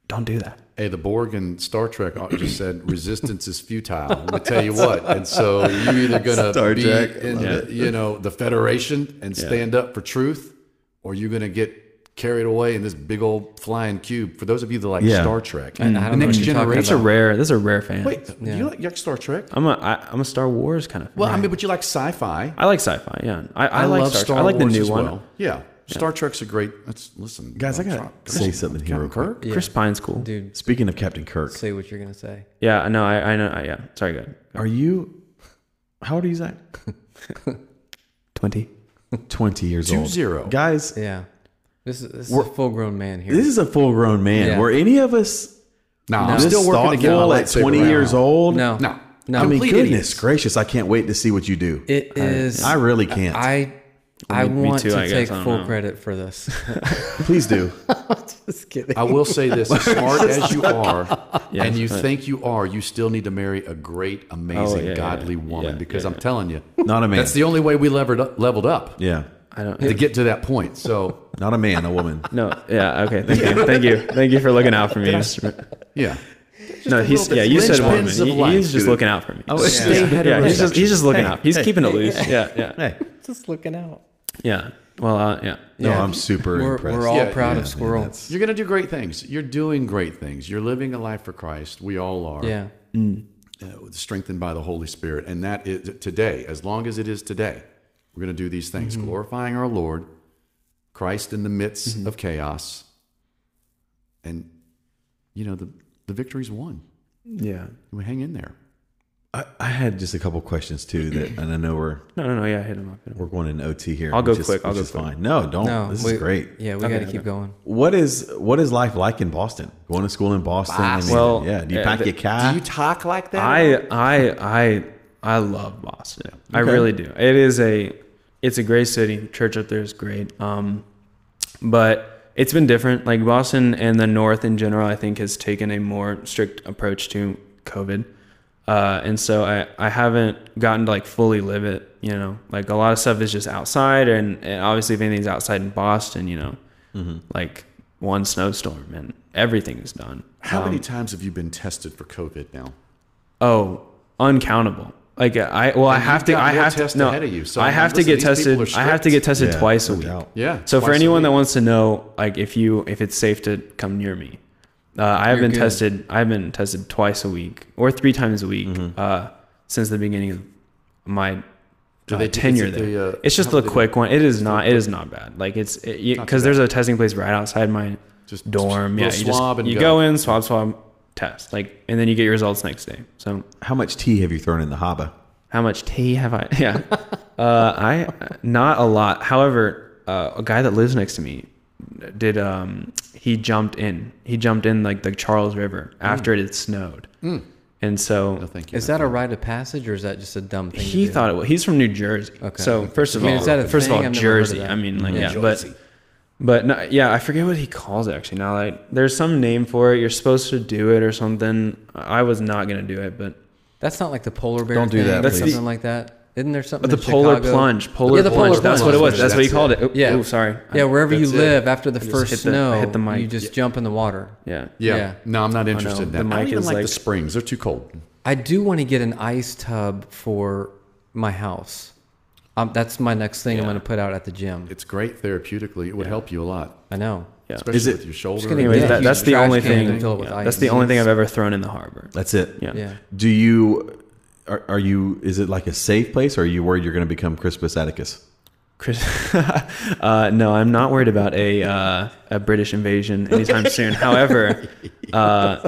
C: don't do that
B: Hey, the Borg in Star Trek just said resistance is futile. Let me tell you what. And so you're either gonna
D: Star
B: be
D: Trek, I
B: in
D: love
B: the, you know the Federation and stand up for truth, or you're gonna get carried away in this big old flying cube. For those of you that like
D: Yeah.
B: Star Trek,
A: I don't
B: the
A: know
B: next
A: what you're talking
B: generation.
C: that's a rare that's a rare fan
B: Wait, you like, you like Star Trek?
C: i'm a I, i'm a star wars kind of fan.
B: Well, I mean, but you like sci-fi.
C: i like sci-fi yeah i, I, like star, Trek. i like the
B: Wars
C: new
B: as
C: one
B: well. Yeah, Star Trek's a great. Let's listen,
D: Guys, I
B: Come
D: gotta
B: on,
D: say something here real
B: Captain
D: quick.
B: Kirk?
C: chris pine's cool
A: Dude,
D: Speaking of Captain Kirk,
A: say what you're gonna say.
C: yeah i know i i know I, yeah sorry good
D: Are you? How old are you, Zach?
C: 20
D: Twenty years
B: Two
D: old.
B: zero.
D: Guys,
A: Yeah. This is, this is a
D: We're-
A: full-grown man here.
D: This is a full grown man.
A: Yeah.
D: Were any of us
B: No, I'm
D: this
B: still working to get my
D: thoughtful at
B: lightsaber
D: 20
B: out.
D: years old?
A: no,
B: No.
A: no.
D: I mean,
B: Complete
D: goodness
B: idiots.
D: gracious, I can't wait to see what you do.
A: it is.
D: I really can't.
A: I I
C: me
A: want
C: too,
A: to
C: I guess.
A: take
C: I don't
A: full
C: know.
A: credit for this.
D: Please do.
A: Just kidding.
B: I will say this: as smart as you are,
C: Yeah,
B: and you
C: but-
B: think you are, you still need to marry a great, amazing,
C: Oh, yeah, yeah,
B: godly
C: yeah,
B: woman.
C: yeah,
B: because
C: yeah.
B: I'm telling you,
D: Not a man.
B: that's the only way we levered up, leveled up
D: yeah.
C: I don't.
B: to get to that point. So,
D: Not a man, a woman.
C: No. Yeah. Okay. Thank you. Thank you. Thank you for looking out for me. Mr.
B: yeah,
C: No, he's
B: little
C: yeah.
B: bit.
C: You said woman.
B: Linchpins of
C: He,
B: life,
C: he's just
B: dude.
C: looking out for me.
D: Oh,
C: yeah.
D: stay
C: Yeah, he's just he's just looking out. He's keeping it loose. Yeah. Yeah.
D: Hey.
A: Just looking out.
C: Yeah. Well. Uh, yeah.
D: No,
A: Yeah.
D: I'm super
A: We're,
D: impressed.
A: we're all
B: Yeah,
A: proud
D: yeah,
A: of
D: man,
A: Squirrel.
D: that's-
B: you're gonna do great things. You're doing great things. You're living a life for Christ. We all are.
A: yeah.
B: uh, strengthened by the Holy Spirit. And that is today, as long as it is today, we're going to do these things
C: Mm-hmm.
B: glorifying our Lord, Christ in the midst
C: Mm-hmm.
B: of chaos. And, you know, the, the victory's won.
C: Yeah.
B: We hang in there.
D: I, I had just a couple questions too that, and I know we're
C: No. No. No. Yeah. Hit him up.
D: we're going in OT here.
C: I'll go
D: which is-
C: quick, I'll
D: which
C: go
D: is
C: quick.
D: fine. No, don't.
A: No,
D: this
A: we-
D: is great.
A: Yeah, we
C: Okay,
A: got to
C: okay.
A: keep going.
D: What is what is life like in Boston? Going to school in Boston. I mean,
C: Well,
D: yeah. Do you
C: uh,
D: pack
C: the-
D: your car?
B: talk like that?
C: I I I I love Boston. I really do. It is a it's a great city. Church up there is great. Um, but it's been different. Like Boston and the North in general, I think has taken a more strict approach to COVID. Uh, and so I, I haven't gotten to like fully live it, you know, like a lot of stuff is just outside. And, and obviously if anything's outside in Boston, you know, like one snowstorm and everything's done.
B: How
C: Um,
B: many times have you been tested for COVID now?
C: Oh, uncountable. Like I well, I
B: And
C: have
B: you've
C: to.
B: got
C: I
B: more
C: have to.
B: tests
C: No,
B: ahead of you, so,
C: I
B: I mean,
C: have to
B: listen,
C: get
B: these people
C: tested.
B: are
C: I have to
B: strict.
C: get tested
D: Yeah,
C: twice a
D: no
C: week.
D: doubt.
B: Yeah.
C: So for
B: twice a
C: anyone that
B: week.
C: wants to know, like if you if it's safe to come near me, uh, I have
A: You're
C: been
A: good.
C: tested. I've been tested twice a week or three times a week
B: Mm-hmm.
C: uh, since the beginning of my
B: Do
C: uh,
B: they- is
C: tenure
B: it
C: there.
B: the, uh,
C: it's just
B: how
C: a
B: do they-
C: quick one. It is not. It is not bad. Like it's because there's a testing place right outside my
B: Just
C: dorm. Yeah,
B: little
C: you just
B: swab and
C: you
B: go.
C: go in swab swab test like and then you get your results next day. So
D: How much tea have you thrown in the harbor?
C: how much tea have I? Yeah, uh, I not a lot. However, uh, a guy that lives next to me did. Um, he jumped in. He jumped in like the Charles River
B: Mm.
C: after it had snowed, and so
B: No, thank you.
A: Is that a rite of passage or is that just a dumb thing?
C: he
A: to do?
C: thought it was. He's from New Jersey.
A: Okay.
C: So first of
A: I mean,
C: all,
A: is that a
C: first
A: thing?
C: of all,
A: I've never heard of
C: Jersey.
A: that.
C: I mean, like
A: Yeah.
C: yeah, but but no, yeah, I forget what he calls it actually. Now, like there's some name for it. You're supposed to do it or something. I was not gonna do it, but
A: that's not like the polar bear.
D: Don't do
A: thing
D: that,
A: or
C: That's the-
A: something like that. Isn't there something?
C: the
A: in
C: polar
A: Chicago?
C: plunge, polar
A: yeah, the
C: plunge.
A: polar
C: That's what it was.
B: plunge.
C: That's what he
B: That's
C: called it. Oh,
A: Yeah.
C: oh, sorry.
A: Yeah, wherever you
B: That's it.
A: live after the first
C: hit the-
A: snow,
C: hit the mic.
A: you just jump in the water.
C: Yeah.
B: Yeah.
A: Yeah.
B: No, I'm not interested in that.
C: The
B: I
C: mic
B: don't even
C: is
B: like,
C: like-
B: the springs. They're too cold.
A: I do want to get an ice tub for my house. Um, that's my next thing I'm going to put out at the gym.
B: It's great therapeutically. It would help you a lot,
A: I know.
C: Yeah.
B: especially
D: Is it-
B: with your shoulder.
A: gonna
B: and-
A: get
C: Anyways,
A: Yeah,
C: that,
A: huge
C: that's the
A: trash
C: only
A: can
C: thing.
A: filled with
C: yeah,
A: ice.
C: that's the only thing I've ever thrown in the harbor.
D: That's it.
C: Yeah.
A: Yeah.
D: Do you are, are you is it like a safe place or are you worried you're going to become Crispus Atticus?
C: Chris, uh, no, I'm not worried about a uh, a British invasion anytime soon. However, uh,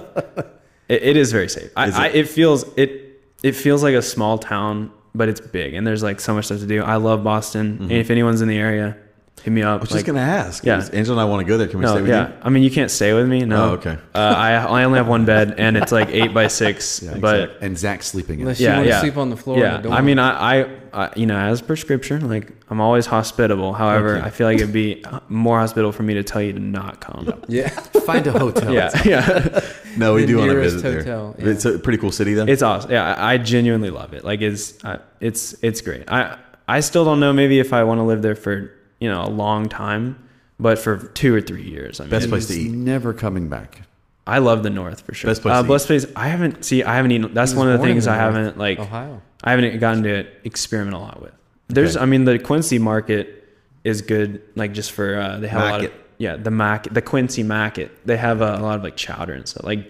C: it, it is very safe. I,
D: Is it?
C: I, it feels it it feels like a small town, but it's big, and there's like so much stuff to do. I love Boston, and if anyone's in the area, hit me up.
D: Mm-hmm. I was
C: like-
D: just going to ask.
C: yeah.
D: Is- Angela and I want to go there. Can we
C: No,
D: stay with
C: yeah.
D: you?
C: I mean, you can't stay with me.
D: Oh,
C: No.
D: okay.
C: Uh, I, I only have one bed, and it's like eight by six. but
B: and Zach sleeping in. it.
A: Unless you
C: yeah,
A: want to
C: yeah.
A: sleep on the floor.
C: Yeah.
A: in the dorm.
C: I mean, I, I, I, you know, as per scripture, like I'm always hospitable. However, I feel like it'd be more hospitable for me to tell you to not come.
A: yeah.
B: Find a hotel.
C: Yeah, yeah.
D: No, we
A: The
D: do want to
A: nearest
D: visit
A: hotel,
D: there.
A: yeah.
D: It's a pretty cool city though.
C: It's awesome. Yeah, I, I genuinely love it. Like it's, I, it's, it's great. I, I still don't know maybe if I want to live there for you know a long time, but for two or three years. I mean,
D: Best place
B: It's
D: to eat.
B: never coming back.
C: I love the North for sure.
D: Best place
C: Uh,
D: to
C: best place. I haven't see. I haven't eaten. That's
A: was
C: one of the
A: born in
C: things
A: the
C: I
A: North,
C: haven't like.
A: Ohio.
C: I haven't gotten to experiment a lot with. There's. I mean, the Quincy market is good. Like just for uh, they have a lot of
D: Market.
C: yeah the mac the Quincy market. They have uh, a lot of like chowder and stuff. Like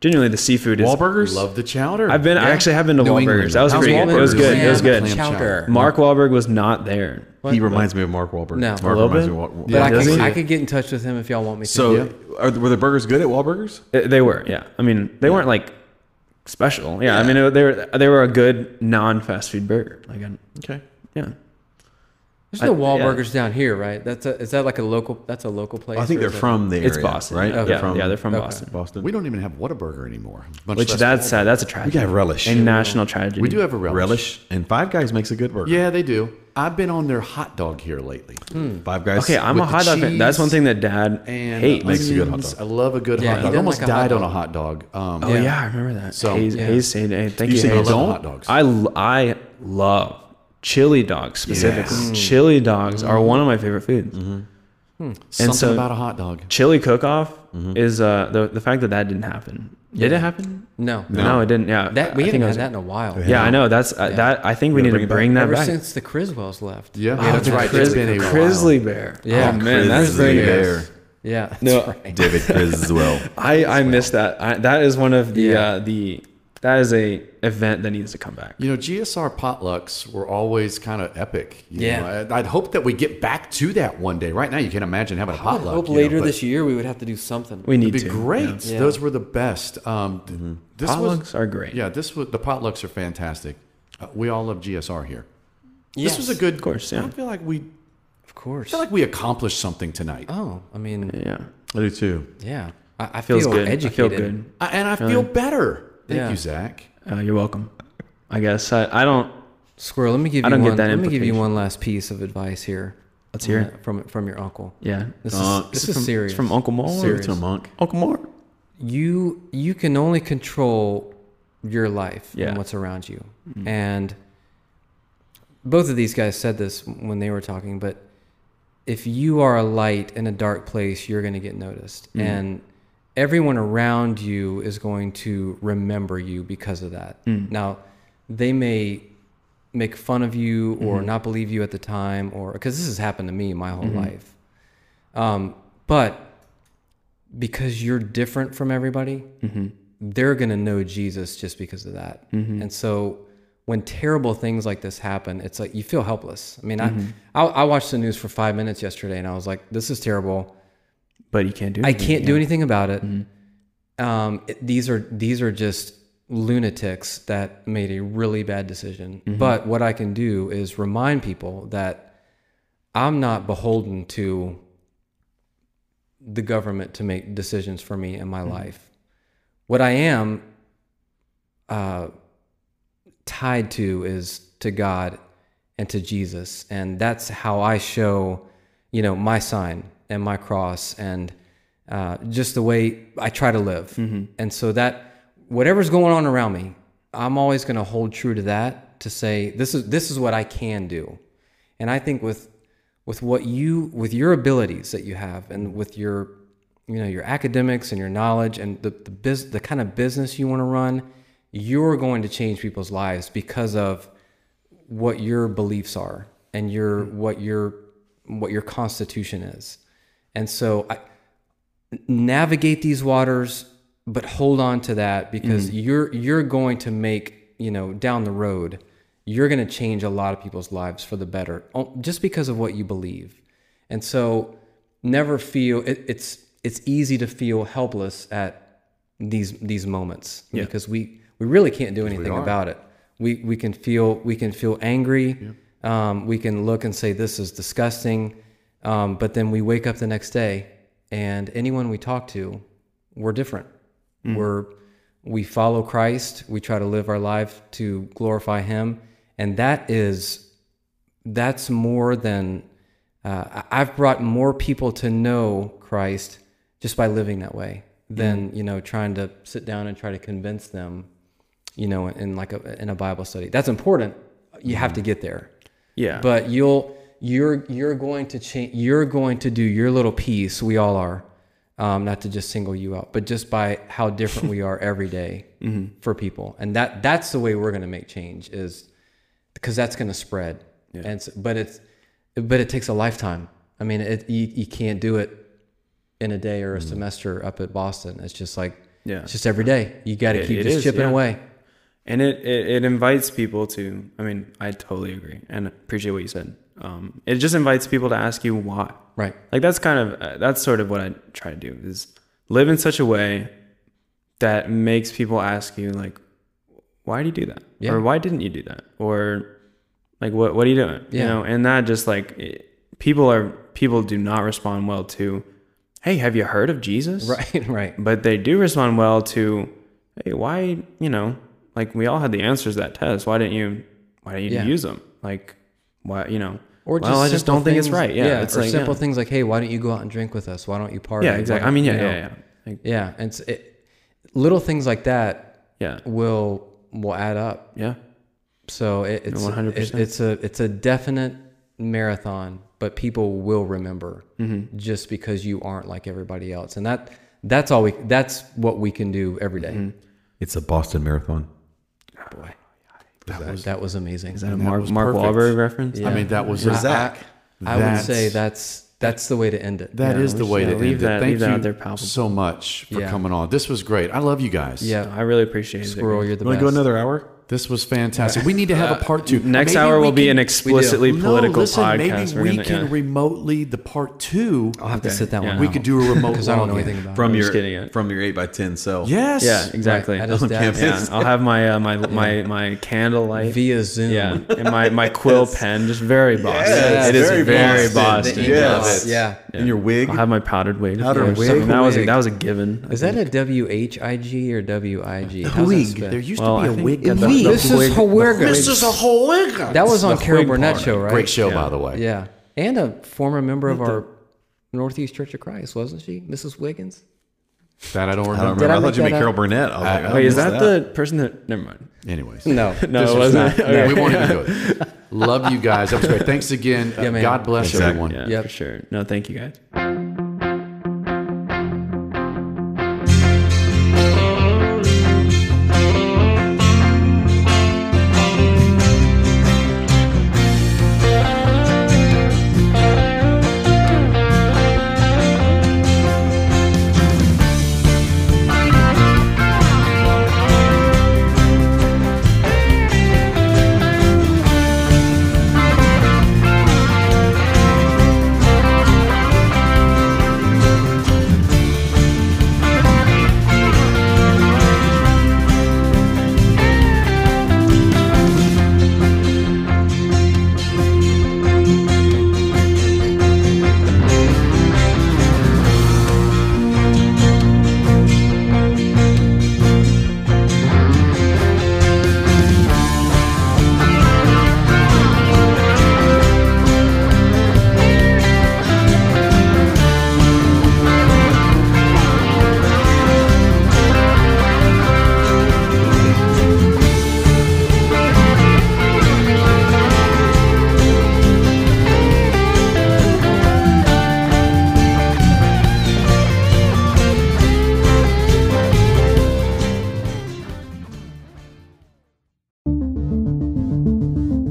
C: genuinely, the seafood is.
D: Wahlburgers?
B: Love the chowder.
C: I've been. I
B: Yeah.
C: actually have been to
B: New
C: Wahlburgers.
B: England.
C: That was
B: How's
C: pretty good. It
B: Wahlburgers?
C: was good. It was
B: Clam
C: good.
A: chowder.
C: Mark Wahlberg was not there.
D: he reminds me of Mark Wahlberg.
A: No.
D: Mark
A: A
C: little
D: reminds
C: bit?
D: me of Wahlberg.
A: But I,
C: does
A: could,
C: he?
A: I could get in touch with him if y'all want me to.
D: So, are, were the burgers good at Wahlburgers?
C: They they were, yeah. I mean, they weren't like special. Yeah, I mean, it- they were they were a good non fast food burger. Like, I-
D: Okay.
C: yeah,
A: There's no
C: I-
A: Wahlburgers down here, right? That's a, is that like a local? That's a local place.
D: I think
A: or
D: they're
A: is that-
D: from the area.
C: It's Boston,
D: right?
C: Yeah,
A: Okay.
D: from,
C: yeah, they're from
A: okay.
C: Boston.
D: Boston.
B: We don't even have Whataburger anymore. Much
C: Which
B: less
C: that's sad. That's a
D: we
C: tragedy.
D: got relish.
C: a national tragedy.
B: We do have a relish.
D: relish, and Five Guys makes a good burger.
B: Yeah, they do. I've been on their hot dog here lately.
A: Hmm.
D: Five Guys.
C: Okay, I'm a
B: with the
C: hot dog fan. That's
B: cheese
C: one thing that Dad
B: And uh,
C: hates.
D: Makes a good hot
B: onions.
D: dog.
B: I love a good
A: Yeah,
B: hot
A: he
B: dog. I
A: does
B: almost
A: like a hot
B: died on
A: dog.
B: a hot dog. Um,
C: Oh
A: Yeah.
C: yeah. I remember that.
B: So-
C: Hayes,
A: Yeah.
C: Hayes said, hey, "Thank
D: You
C: you."
D: say
C: Hayes.
D: you don't?
B: Hot dogs.
C: I l- I love chili dogs specifically. Chili dogs are one of my favorite foods.
B: Something
C: so-
B: about a hot dog.
C: Chili cook-off is uh, the the fact that that didn't happen. Did it happen?
A: No,
C: No, it didn't. Yeah,
A: That we
C: I
A: haven't
C: I
A: had
C: was-
A: that in a while.
C: Yeah, I know. That's uh, that. I think we need
D: bring
C: to
D: it back.
C: bring that
A: Ever
C: back.
A: since the Criswells left.
B: Yeah,
A: we haven't
B: that's
A: had
B: right.
A: Cris-
B: It's been a while.
C: Grizzly bear.
A: Yeah.
C: oh, man, that's
D: Grizzly
C: very
B: Bear.
C: good.
A: Yeah, that's
C: No.
A: right.
D: David Chris as well.
C: I I miss that. I, that is one of the
A: Yeah.
C: uh, the that is a event that needs to come back.
B: You know, GSR potlucks were always kind of epic. you
A: Yeah.
B: know. I- I'd hope that we get back to that one day. Right now, you can't imagine having a
A: I
B: potluck.
A: hope
B: you know,
A: later
B: but
A: this year we would have to do something.
C: We need
B: It'd be
C: to.
B: great.
A: Yeah. Mm-hmm.
B: Those were the best. Um, th- This
C: Potlucks
B: was,
C: are great.
B: Yeah, this was the potlucks are fantastic. Uh, we all love GSR here.
A: Yes,
B: This was a good.
C: Of course, yeah.
B: I feel like we
A: of course.
B: feel like we accomplished something tonight,
C: Uh,
A: oh, I mean,
C: Yeah.
D: I do too.
A: yeah, I, I
C: Feels
A: feel
C: good.
A: educated.
C: I feel good.
B: I- and I feel better. Thank
A: Yeah.
B: you, Zach.
C: Uh, you're welcome. I guess I, I don't.
A: Squirrel, let me give
C: I
A: you
C: don't
A: one.
C: get that
A: let me give you
C: implication.
A: one last piece of advice here. Uh,
C: Let's hear it.
A: from from your uncle.
C: Yeah.
A: This
D: Uh,
A: is this
C: It's
A: is
C: from,
A: serious.
C: It's from Uncle Moore.
A: Serious.
D: It's a monk.
C: Uncle Moore.
A: you you can only control your life
C: Yeah.
A: and what's around you and both of these guys said this when they were talking but if you are a light in a dark place you're going to get noticed and everyone around you is going to remember you because of that now they may make fun of you or not believe you at the time or because this has happened to me my whole life um, but because you're different from everybody, they're going to know Jesus just because of that. And so when terrible things like this happen, it's like you feel helpless. I mean, I, I I watched the news for five minutes yesterday and I was like, this is terrible.
C: But you can't do.
A: I
C: anything,
A: can't
C: yeah. Mm-hmm.
A: do anything about it. Um, it- These are these are just lunatics that made a really bad decision.
C: Mm-hmm.
A: But what I can do is remind people that I'm not beholden to the government to make decisions for me in my
C: Mm-hmm.
A: life. What I am uh, tied to is to God and to Jesus, and that's how I show, you know, my sign and my cross and uh, just the way I try to live. And so that whatever's going on around me, I'm always going to hold true to that to say this is this is what I can do. And I think with with what you with your abilities that you have and with your you know your academics and your knowledge and the the bus the kind of business you want to run, you're going to change people's lives because of what your beliefs are and your what your what your constitution is. And so I navigate these waters but hold on to that because you're you're going to make you know down the road you're going to change a lot of people's lives for the better o- just because of what you believe and so never feel it, it's it's easy to feel helpless at these these moments because we we really can't do anything about it we we can feel we can feel angry um, we can look and say this is disgusting um, but then we wake up the next day and anyone we talk to we're different we're we follow christ we try to live our life to glorify him and that is that's more than uh, I- I've brought more people to know Christ just by living that way than you know trying to sit down and try to convince them, you know, in like a in a Bible study. That's important. You have to get there,
C: Yeah. But
A: but you'll you're you're going to change. You're going to do your little piece. We all are. Um, not to just single you out, but just by how different we are every day
C: Mm-hmm.
A: for people, and that that's the way we're going to make change is because that's going to spread. And so, but it's but it takes a lifetime. I mean, it you, you can't do it in a day or a semester up at Boston. It's just like
C: Mm-hmm. Yeah.
A: it's just every day. You got to
C: It-
A: keep
C: it
A: just
C: is,
A: chipping
C: yeah.
A: away.
C: and it, it it invites people to. I mean, I totally agree and appreciate what you said. Um, it just invites people to ask you why.
A: Right.
C: Like that's kind of uh, that's sort of what I try to do is live in such a way that makes people ask you like, why do you do that?
A: Yeah.
C: Or why didn't you do that? Or like what what are you doing you
A: Yeah.
C: know and that just like it, people are people do not respond well to hey have you heard of jesus
A: Right, right.
C: but they do respond well to hey why you know like we all had the answers to that test why didn't you why didn't you
A: Yeah.
C: use them like why you know
A: Or
C: well i just
A: simple
C: don't think it's
A: things-
C: right yeah, it's
A: or
C: like
A: simple
C: yeah.
A: things like, hey, why don't you go out and drink with us? Why don't you party?
C: yeah
A: Why
C: exactly i
A: don't-
C: mean yeah
A: you know.
C: yeah yeah like,
A: Yeah, and it's, it, little things like that
C: yeah
A: will will add up.
C: yeah
A: So it, it's
C: 100%.
A: it- it's a it's a definite marathon, but people will remember
C: Mm-hmm.
A: just because you aren't like everybody else, and that that's all we that's what we can do every day.
C: Mm-hmm.
D: It's a Boston Marathon.
A: Boy, that was that was amazing.
C: is that a
B: that
C: mark
B: was
C: mark
B: perfect.
C: Wahlberg reference
A: Yeah.
B: I mean, that was
D: Or
B: I-
D: Zach.
A: I would
B: that's-
A: say that's that's the way to end it.
B: That
C: Yeah,
B: is
C: we
B: the
C: should-
B: way
C: yeah,
B: to
C: leave
B: end
C: that-
B: it. Thank
C: leave that
B: you
C: out there palpable.
B: so much for
A: Yeah.
B: coming on. This was great. I love you guys.
A: yeah,
C: i really appreciate it
A: squirrel, you're the
D: You want
A: best.
D: to go another hour?
B: this was fantastic. We need to have a part two.
C: Uh, next
B: Maybe
C: hour
B: we
C: will be
B: can-
C: an explicitly political
B: no, listen,
C: podcast
B: Maybe
C: We're
B: we
C: gonna-
B: can
C: yeah.
B: remotely the part two.
A: I'll have
C: Okay,
A: to sit that
C: yeah.
A: one.
B: we could do a remote
A: because I don't know
B: login.
A: anything about. it.
D: From
C: I'm
D: your
C: just kidding it.
D: from your eight by ten cell.
B: Yes.
C: yeah exactly
A: Right, at his
D: On
A: dad's
D: campus.
C: yeah, I'll have my uh, my my my candlelight.
A: via Zoom.
C: yeah, and my, my quill pen, just very Boston.
D: Yes,
C: it is
D: very
C: very, Boston.
D: Boston.
A: The
D: Yes.
A: emails, Yeah.
D: And your wig.
C: I'll have my powdered wig. of
D: Powdered
C: course.
A: wig.
C: I mean, that was a,
A: Wig.
C: that was a given.
A: Is that a W H I G or W I G? How's that
B: Wig.
A: spelled?
B: There used
C: Well, Oh, I
B: to be a
C: think-
B: wig.
C: The-
A: Wig.
C: the
A: This
C: wig-
A: is Huerga.
B: wig.
A: That was on
B: The
A: Carol
B: wig
A: Burnett
B: part.
A: show, right?
B: Great show, by the way.
A: Yeah, and a former member of our Northeast Church of Christ, wasn't she, Mrs. Wiggins?
B: That I don't
D: I don't
B: remember.
D: remember. I,
A: I
D: thought
A: make
D: you meant
A: that
D: Carol
A: up?
D: Burnett. I was like, I
C: Uh, Wait, is
D: missed
C: that the person that? Never mind.
B: Anyways.
A: No,
C: No,
B: This
C: it
B: was
C: wasn't.
B: not-
C: Okay.
B: We won't even go there. Love you guys. That was great. Thanks again. Uh,
A: Yeah, man.
B: God bless
D: Exactly.
B: everyone.
C: Yeah,
A: Yep.
C: for sure. No, thank you guys.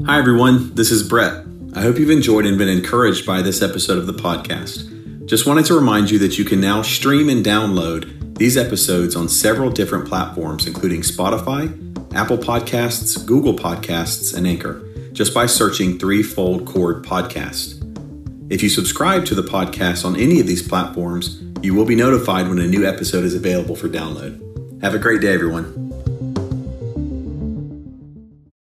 E: Hi, everyone. This is Brett. I hope you've enjoyed and been encouraged by this episode of the podcast. Just wanted to remind you that you can now stream and download these episodes on several different platforms, including Spotify, Apple Podcasts, Google Podcasts, and Anchor, just by searching Threefold Chord Podcast. If you subscribe to the podcast on any of these platforms, you will be notified when a new episode is available for download. Have a great day, everyone.